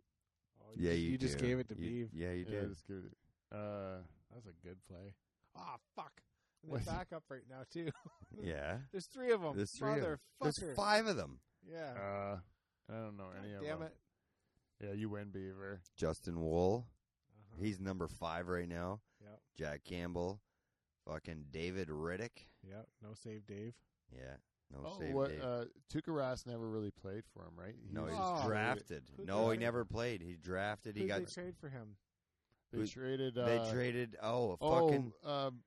Oh, you, you just
do.
gave it to
You-
Beeve.
Yeah, you
Yeah,
did.
just give it- Uh,
That was a good play. Ah, fuck. And
What?
they're back up right now too. (laughs)
Yeah.
There's three of them.
There's three of 'em. There's
Motherfucker.
five of them.
Yeah.
uh, I don't know any
God
of
damn
them.
it.
Yeah, you win, Beaver.
Justin Wool.
Uh-huh.
He's number five right now.
Yep.
Jack Campbell. Fucking David Riddick.
Yep. No save, Dave.
Yeah. No
Oh,
save
what?
Dave.
Uh, Tuukka Rask never really played for him, right?
no, he
was-
he's-
was
Oh.
drafted.
Who'd
No,
they
he
trade?
never played. He drafted. He
Who'd
got.
they trade for him?
they
who-
traded. Uh,
They traded. Oh, a
Oh,
fucking.
um,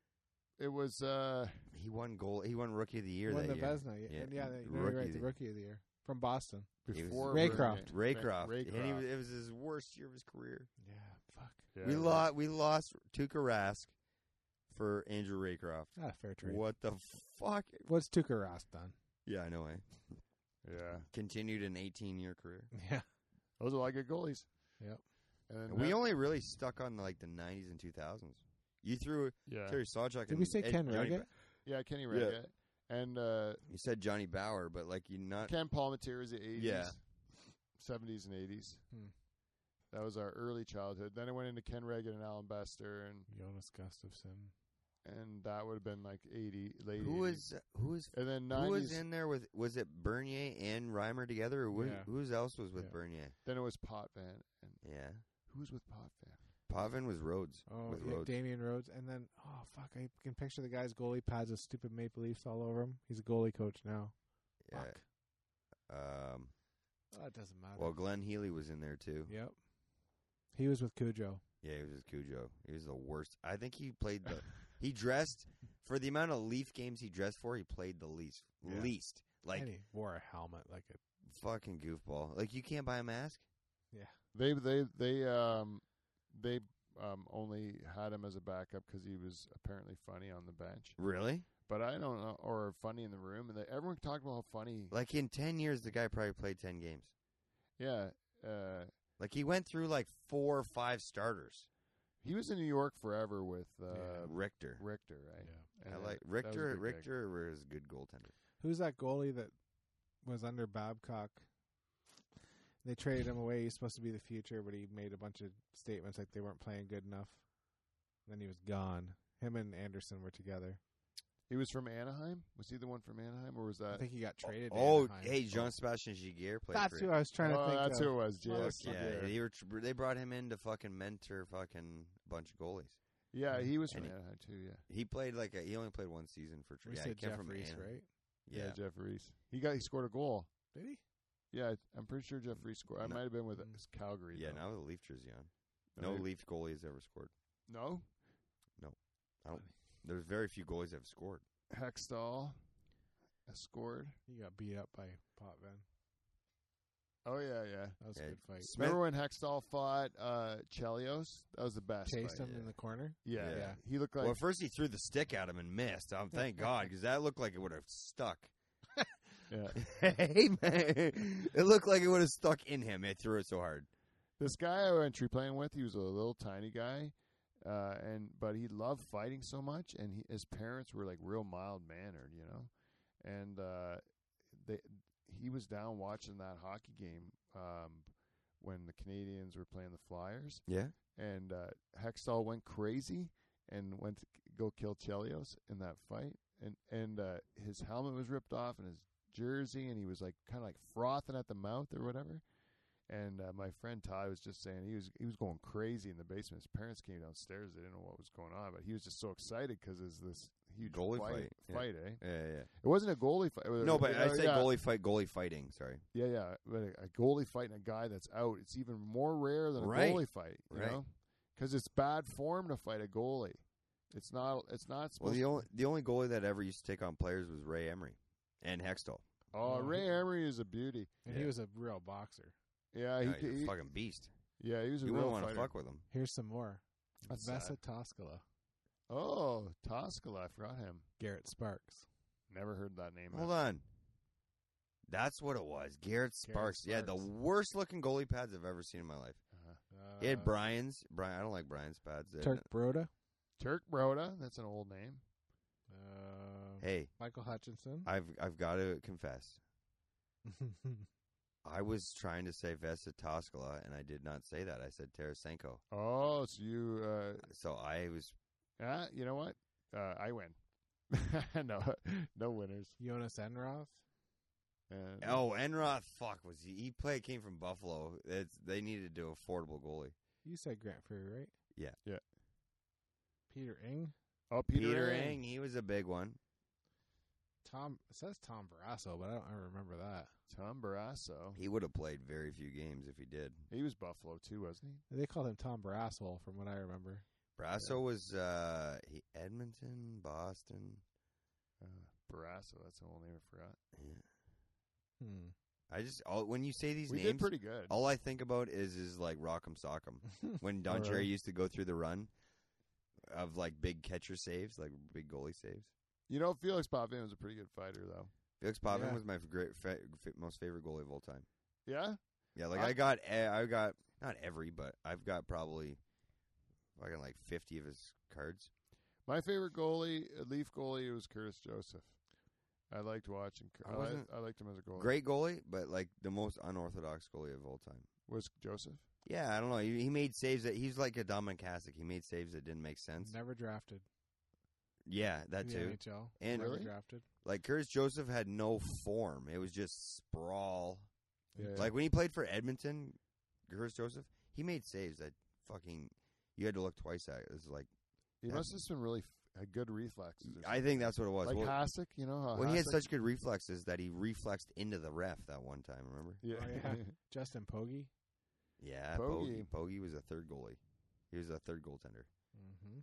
it was uh,
He won goal. He won Rookie of the Year
Won
that
the
year.
Vesna. Yeah.
Yeah,
And yeah, they,
the
no, you're
rookie of
right. The
the-
rookie of the year from Boston.
He was-
before
Raycroft.
Raycroft.
Raycroft.
And he was, it was his worst year of his career.
Yeah. Fuck.
Yeah,
we
Ray-
lost. We lost Tuukka Rask for Andrew Raycroft.
Not a fair trade.
What the fuck?
What's Tuukka Rask done?
Yeah, I know. Eh?
Yeah,
Continued an 18-year career.
Yeah.
those are a lot of good goalies.
Yep.
And then
We
that-
only really stuck on like the 90s and 2000s. You threw
yeah,
Terry Sawchuk.
(laughs) Did
and
we say
Ed-
Ken
Johnny
Reggett?
Ba-
yeah, Kenny
Yeah.
Reggett and uh,
You said Johnny Bauer, but like you not.
Ken Palmatier is the eighties,
Yeah.
seventies, and eighties.
Hmm.
That was our early childhood. Then I went into Ken Regan and Alan Bester, and
Jonas Gustafsson.
and that would have been like 80, late
Who
80s.
was who was
and then
who was
90s,
in there with? Was it Bernier and Reimer together, or who,
Yeah.
who's else was with
Yeah.
Bernier?
then it was Potvin. And
Yeah,
who was with Potvin?
Pavin was Rhodes.
Oh,
with
yeah,
Rhodes.
Damian Rhodes, and then oh fuck, I can picture the guy's goalie pads with stupid Maple Leafs all over him. He's a goalie coach now.
Yeah.
Fuck.
Um,
Oh, it doesn't matter.
well, Glenn Healy was in there too.
yep. He was with Cujo.
Yeah, he was with Cujo. He was the worst. I think he played the. he dressed for the amount of Leaf games he dressed for. He played the least,
Yeah.
least like
and he wore a helmet like it.
fucking goofball. Like you can't buy a mask.
They they they um they um only had him as a backup because he was apparently funny on the bench.
Really?
But I don't know, or funny in the room, and they, everyone talked about how funny.
Like in ten years, the guy probably played ten games.
yeah, uh,
Like he went through like four or five starters.
he was in New York forever with uh,
Yeah.
Richter.
Richter, right?
I
And
like
that was a
Richter.
big
Richter was a good goaltender.
Who's that goalie that was under Babcock? They traded him away. He's supposed to be the future, but he made a bunch of statements like they weren't playing good enough. Then he was gone. Him and Anderson were together.
pick. He was from Anaheim. Was he the one from Anaheim, or was that?
I think he got traded. to
oh,
Anaheim.
hey, Jean Sebastian Giger played.
That's
for
who I was trying to
oh,
think.
that's
of.
who it was.
Well,
Yes,
that's-
yeah,
Yeah, they were. tr- They brought him in to fucking mentor fucking a bunch of goalies.
yeah, he was from
And he-
Anaheim too. Yeah,
He played like a, he only played one season for. Tr-
We
yeah, he
said
came
Jeff
from
Reese,
Anaheim.
right?
yeah,
Yeah,
Jeff Reese. He got he scored a goal.
Did he?
Yeah, I- I'm pretty sure Jeff Reese scored. I
No.
might have been with
Mm.
it's Calgary.
yeah.
though.
Now with a Leaf jersey on, no
Maybe-
Leaf goalie has ever scored.
no
There's very few goalies that have scored.
Hextall has scored.
He got beat up by Potvin.
Oh yeah, yeah.
That was
Yeah,
a good fight.
Smith-
Remember when Hextall fought uh Chelios? That was the best.
Chased
fight.
him in the corner.
Yeah.
Yeah.
Yeah.
he looked like
well, first he threw the stick at him and missed. Um,
(laughs)
thank God, because that looked like it would have
(laughs)
stuck. (laughs)
yeah.
hey man, it looked like it would have stuck in him. It threw it so hard.
this guy I went tree playing with. He was a little tiny guy, uh, and but he loved fighting so much, and he, his parents were like real mild mannered, you know, and uh, they he was down watching that hockey game um, when the Canadians were playing the Flyers,
Yeah,
and uh, Hextall went crazy and went to k- go kill Chelios in that fight, and and uh, his helmet was ripped off and his jersey, and he was like kind of like frothing at the mouth or whatever. And uh, my friend Ty was just saying he was he was going crazy in the basement. His parents came downstairs; they didn't know what was going on, but he was just so excited because it's this huge
Goalie
fight.
fight, yeah.
eh?
yeah, yeah.
It wasn't a goalie fight. It was-
No, but
it-
I
oh,
said
yeah.
goalie fight, goalie fighting. Sorry.
Yeah, yeah. But a- a goalie fighting a guy that's out, it's even more rare than a
Right.
goalie fight, you
Right.
know? Because it's bad form to fight a goalie. It's not. It's not.
Well,
Supposed
the only the only goalie that ever used to take on players was Ray Emery and Hextall.
oh,
Oh,
Mm-hmm.
Ray
he-
Emery is a beauty.
And
Yeah.
he was a real boxer.
Yeah, he,
No,
c-
he's
he-
a fucking beast.
yeah, he was a
You
real
wouldn't want
fighter.
to fuck with him.
Here's some more.
That's
Vesa Toskala,
Oh, Toskala, I forgot him.
Garrett Sparks.
Never heard that name. Uh,
Hold on. That's what it was. Garrett Sparks. Yeah, the
Sparks.
worst looking goalie pads I've ever seen in my life.
Uh-huh.
Uh,
It had Brian's. Brian, I don't like Brian's pads. They're-
Turk Broda.
Turk Broda. That's an old name.
Uh,
Hey,
Michael Hutchinson.
I've I've got to confess. I was trying to say Vesa Toskala, and I did not say that. I said Tarasenko.
Oh, so you. Uh,
So I was.
ah, you know what? Uh, I win. (laughs) no, no winners.
(laughs)
Uh,
Jonas Enroth.
And-
Oh, Enroth. Fuck, was he? He played. Came from Buffalo. It's, they needed an affordable goalie.
You said Grant Fury, right?
Yeah.
Yeah.
Peter Ing.
oh, Peter,
Peter,
Eng.
Eng. He was a big one.
Tom. It says Tom Barrasso, but I don't I remember that.
Tom Barrasso.
He would have played very few games if he did.
He was Buffalo too, wasn't he?
They called him Tom Barrasso from what I remember.
Brasso was uh, he, Edmonton, Boston.
Uh, Barrasso, that's the whole name I forgot.
Hmm.
I just all, when you say these
we did
names,
pretty good.
all I think about is is like Rock'em
(laughs)
Sock'em. when Don
Alright.
Cherry used to go through the run of like big catcher saves, like big goalie saves.
You know, Felix Potvin was a pretty good fighter, though.
Felix Potvin
Yeah.
was my great, fa- fa- most favorite goalie of all time.
Yeah,
Yeah, like
I-
I, got, e- I got not every, but I've got probably fucking like fifty of his cards.
my favorite goalie, uh, Leaf goalie, was Curtis Joseph. I liked watching. Cur-
I
I, li-
wasn't-
I liked him as a goalie.
Great goalie, but like the most unorthodox goalie of all time.
was Joseph.
Yeah, I don't know. He, he made saves that he's like a Dominic Hasek. He made saves that didn't make sense.
Never drafted.
Yeah, that
in the
too.
NHL.
And
Never
Really?
drafted.
like Curtis Joseph had no form. It was just sprawl.
Yeah.
Like when he played for Edmonton, Curtis Joseph, he made saves that fucking you had to look twice at. It was like
He must have just been really f- had good reflexes. or
I think that's what it was.
something. like
Well,
Hasek, you know. How
well, he had
Hasek-
such good reflexes that he reflexed into the ref that one time. Remember?
(laughs) Yeah.
Oh, yeah. Justin Pogge.
Yeah, Bogey.
Bogey.
Bogey was a third goalie. He was a third goaltender.
Mm-hmm.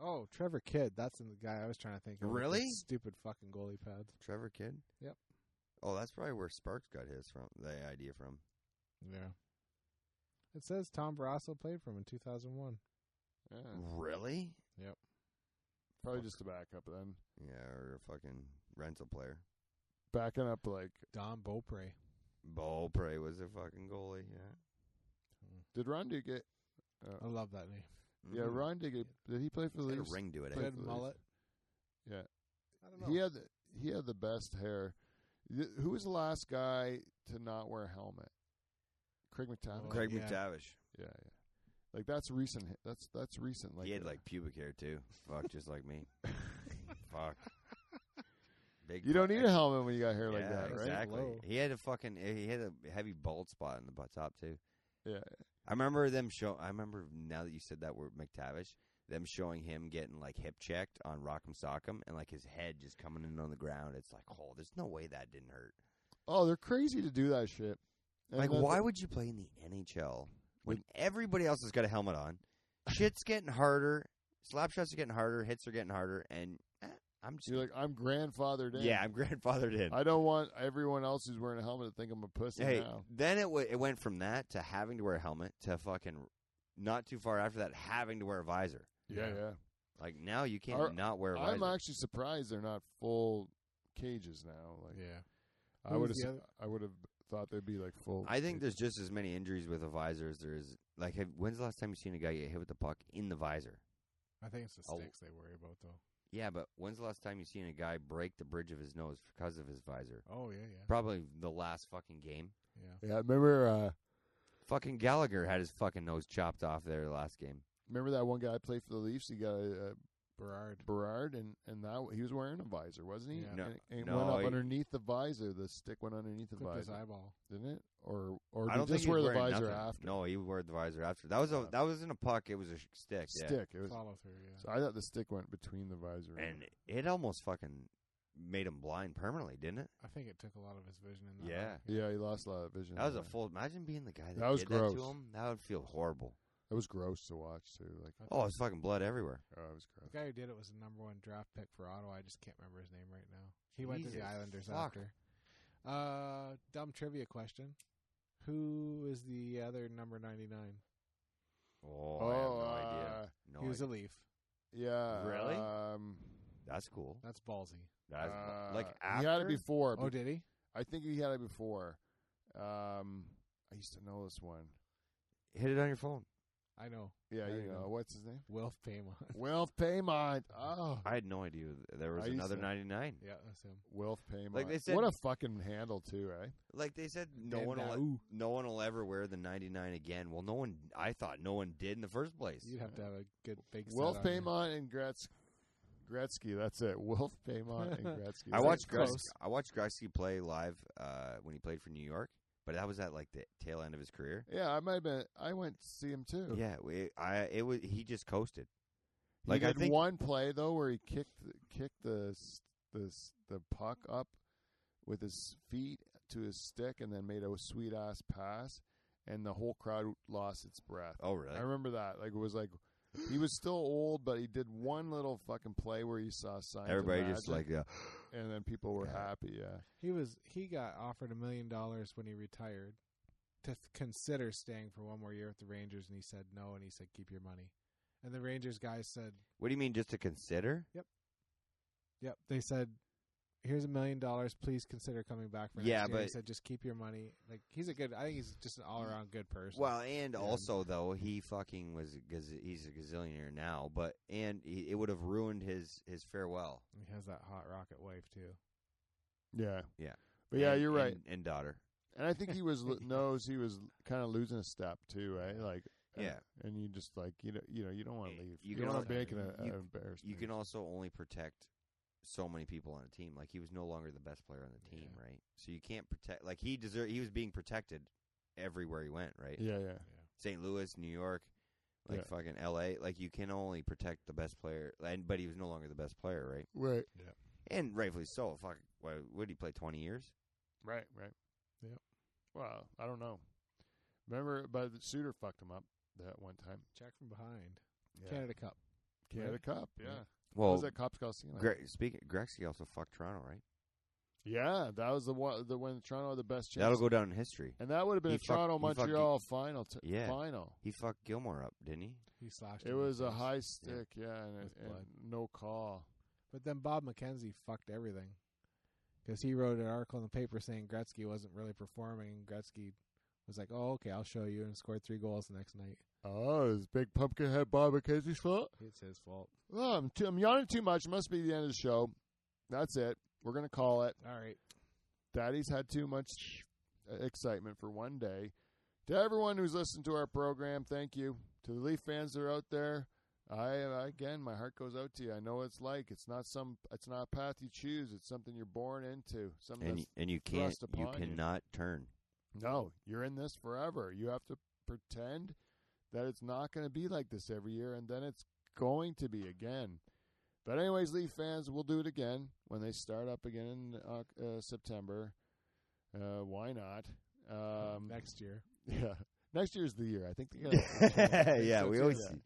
Oh, Trevor Kidd. That's the guy I was trying to think. of. with the
Really?
Stupid fucking goalie pads.
Trevor Kidd.
Yep.
Oh, that's probably where Sparks got his from. The idea from.
Yeah. It says Tom Barrasso played for him in 2001.
(laughs) Yeah.
Really?
Probably just to back up then.
Yeah, or a fucking rental player.
Backing up, like,
Don Beaupre.
Ball Prey was a fucking goalie. Yeah.
did Rondu get?
I
Uh,
love that name.
yeah,
Mhm.
Rondu get. Did he play for the
Got a
Leafs?
ring to it. eh?
Played
Red
for the
mullet.
Yeah.
I don't know.
He had the, he had the best hair. Y- Who was the last guy to not wear a helmet? Craig McTavish.
Oh,
Craig
yeah.
McTavish.
Yeah, yeah. Like that's recent. hi- That's that's recent. Like
he had
uh,
like pubic hair too. Fuck, just
(laughs)
like me. Fuck. Big.
you don't
fuck-
need a helmet when you got hair like
Yeah,
that, right?
Exactly.
Low.
He had a fucking. He had a heavy bald spot in the butt top too.
Yeah.
I remember them show. I remember now that you said that word McTavish. Them showing him getting like hip checked on Rock'em Sock'em and like his head just coming in on the ground. It's like, oh, there's no way that didn't hurt.
Oh, they're crazy to do that shit. And
like,
then
why
the-
would you play in the NHL when everybody else has got a helmet on? Shit's getting harder. Slap shots are getting harder. Hits are getting harder. And eh, I'm just
you're like I'm grandfathered in?
yeah, I'm (laughs) grandfathered in.
I don't want everyone else who's wearing a helmet to think I'm a pussy
Hey,
now.
then it w- it went from that to having to wear a helmet to fucking not too far after that having to wear a visor.
Yeah, yeah.
Like now you can't
Are-
not wear a visor.
I'm actually surprised they're not full cages now. Like
Yeah.
I
Who
would
was the
have,
other-
I would have thought they'd be like full.
I
cages.
think there's just as many injuries with a visor as there is. Like, have, when's the last time you seen a guy get hit with the puck in the visor?
I think it's the
Oh.
sticks they worry about, though.
Yeah, but when's the last time you seen a guy break the bridge of his nose because of his visor?
Oh, yeah, yeah.
Probably the last fucking game.
Yeah.
yeah. Remember, uh,
Fucking Gallagher had his fucking nose chopped off there the last game.
remember that one guy that played for the Leafs. He got a, a
Berard.
Berard, and and that he was wearing a visor, wasn't he?
Yeah.
No,
and, and it
no,
went up
he-
underneath the visor. The stick went underneath the
Clipped his
visor,
eyeball.
didn't it? Or or
I
did
don't
he just
think
wear
he's
the
wearing
visor
nothing.
after?
No, he wore the visor after. That was a
Uh,
that wasn't a puck. It was a sh- stick. Yeah.
stick. It was.
Follow through, yeah.
So I thought the stick went between the visor
and it almost fucking made him blind permanently, didn't it?
I think it took a lot of his vision in that.
Yeah.
one.
yeah, he lost a lot of vision.
That was a
there.
full. Imagine being the guy that,
That was
did that to
gross.
him. That would feel horrible.
It was gross to watch too. Like
Oh, it's fucking blood everywhere.
oh, it was gross.
The guy who did it was the number one draft pick for Ottawa. I just can't remember his name right now. He went to the
Jesus
Islanders
fuck.
after. Uh, dumb trivia question: Who is the other number ninety nine?
Oh, I have no idea.
uh,
No,
he was a
idea.
Leaf.
yeah.
Really?
Um,
that's cool.
That's ballsy.
That's
uh,
like after.
he had it before.
Oh, did he?
I think he had it before. Um, I used to know this one.
Hit it on your phone.
I know.
Yeah,
There
you
you
know
go.
what's his name?
Wilf Payment.
Wilf Paymont. Oh,
I had no idea there was
I used
another
to-
ninety nine.
yeah, that's him.
Wilf Paymont.
Like they said-
what a fucking handle too, eh?
Like they said, no
Dan
one will, e
Daou.
no one will ever wear the ninety nine again. Well, no one. I thought no one did in the first place.
You'd have to have a good big. set
Wilf
on you.
Paymont and Gretz- Gretzky. That's it. Wilf Paymont and Gretzky.
(laughs) I watched
That's
Gretzky,
close.
I watched Gretzky play live uh, when he played for New York, but that was at like the tail end of his career.
Yeah, I might have been. I went to see him too.
Yeah, we, I it was he just coasted.
He
Like, I
did
think-
one play though where he kicked kicked the s- the s- the puck up with his feet to his stick and then made a sweet ass pass, and the whole crowd lost its breath.
Oh really?
I remember that. Like it was like he was still old, but he did one little fucking play where he saw signs. of
Everybody just like uh,
magic,
yeah.
and then people were
Yeah.
happy. Yeah,
He was. He got offered a million dollars when he retired to th- consider staying for one more year with the Rangers, and he said no. And he said, "Keep your money." And the Rangers guy said,
What do you mean just to consider?
Yep. They said, "Here's a million dollars. Please consider coming back for next
Yeah,
year." He
but-
said, "Just keep your money." Like he's a good. I think he's just an all around good person.
Well, and
Yeah.
also though he fucking was a gaz- he's a gazillionaire now, but and he, it would have ruined his his farewell.
And he has that hot rocket wife too.
yeah,
Yeah.
But yeah,
And-
you're right.
And, and daughter, (laughs)
And I think he was lo- knows he was kind of losing a step too, right? Like
Yeah.
and you just like you know you know you don't want to leave.
You
You,
can
don't want
also-
to make an, a,
you-
an embarrassment.
You can also only protect so many people on a team. Like he was no longer the best player on the team,
Yeah.
right? So you can't protect. Like he deserved. He was being protected everywhere he went, right?
yeah, yeah,
St. Louis, New York, like
Yeah.
fucking L.A. Like you can only protect the best player, and but he was no longer the best player, right?
right,
And rightfully so. Fuck, why would he play twenty years?
right, right. Yep. Well, I don't know. Remember, but the Suter fucked him up that one time.
Jack from behind. Canada Cup.
Canada
Right?
Cup. Yeah.
Yeah.
What
Well,
was that Cops Coliseum?
Gre- speaking, Gretzky also fucked Toronto, right?
Yeah, that was the one. The when Toronto had the best chance.
That'll go down in history.
and that would have been
He
a
fucked-
Toronto
he fucked-
Montreal final. T-
Yeah.
Final.
He fucked Gilmore up, didn't he?
He slashed.
It
him in the
was a
face.
high stick, yeah, and,
With
it- and
blood.
no call.
But then Bob McKenzie fucked everything because he wrote an article in the paper saying Gretzky wasn't really performing. and Gretzky was like, "Oh, okay, I'll show you," and scored three goals the next night.
Oh, is Big Pumpkinhead Bob McKenzie's fault?
It's his fault.
Oh, I'm, too, I'm yawning too much. Must be the end of the show. That's it. We're gonna call it.
All right.
Daddy's had too much excitement for one day. To everyone who's listened to our program, thank you. To the Leaf fans that are out there, I again, my heart goes out to you. I know what it's like. It's not some. It's not a path you choose. It's something you're born into. Something
And
that's,
y- and you can't,
thrust
you
upon you.
cannot turn.
(laughs) no, you're in this forever. You have to pretend that it's not going to be like this every year, and then it's going to be again. But anyways, Leaf fans, we'll do it again when they start up again in uh, uh, September. Uh, why not? Um,
next year.
(laughs) yeah, next year's the year. I think.
(laughs)
They
Yeah,
gotta-
yeah, we always.
Yeah.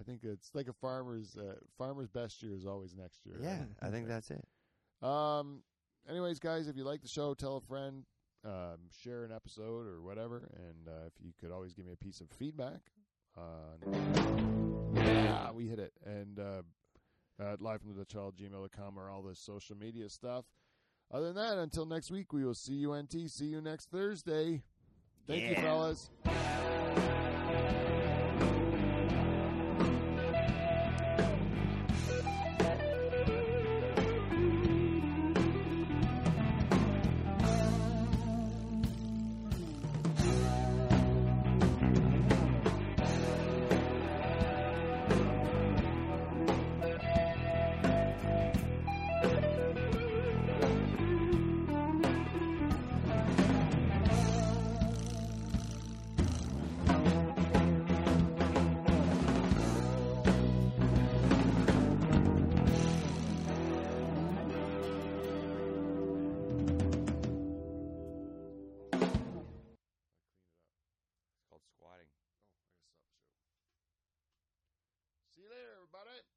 I think it's like a farmer's uh, farmer's best year is always next year.
Yeah, I think that's it.
Um. Anyways, guys, if you like the show, tell a friend, um, share an episode or whatever, and uh, if you could always give me a piece of feedback. On yeah, we hit it, and uh, uh, live from the child gmail.com or all the social media stuff. Other than that, until next week, we will see you. Nt. See you next Thursday. Thank you,
Yeah.
fellas.
It's called squatting.
See you later, everybody.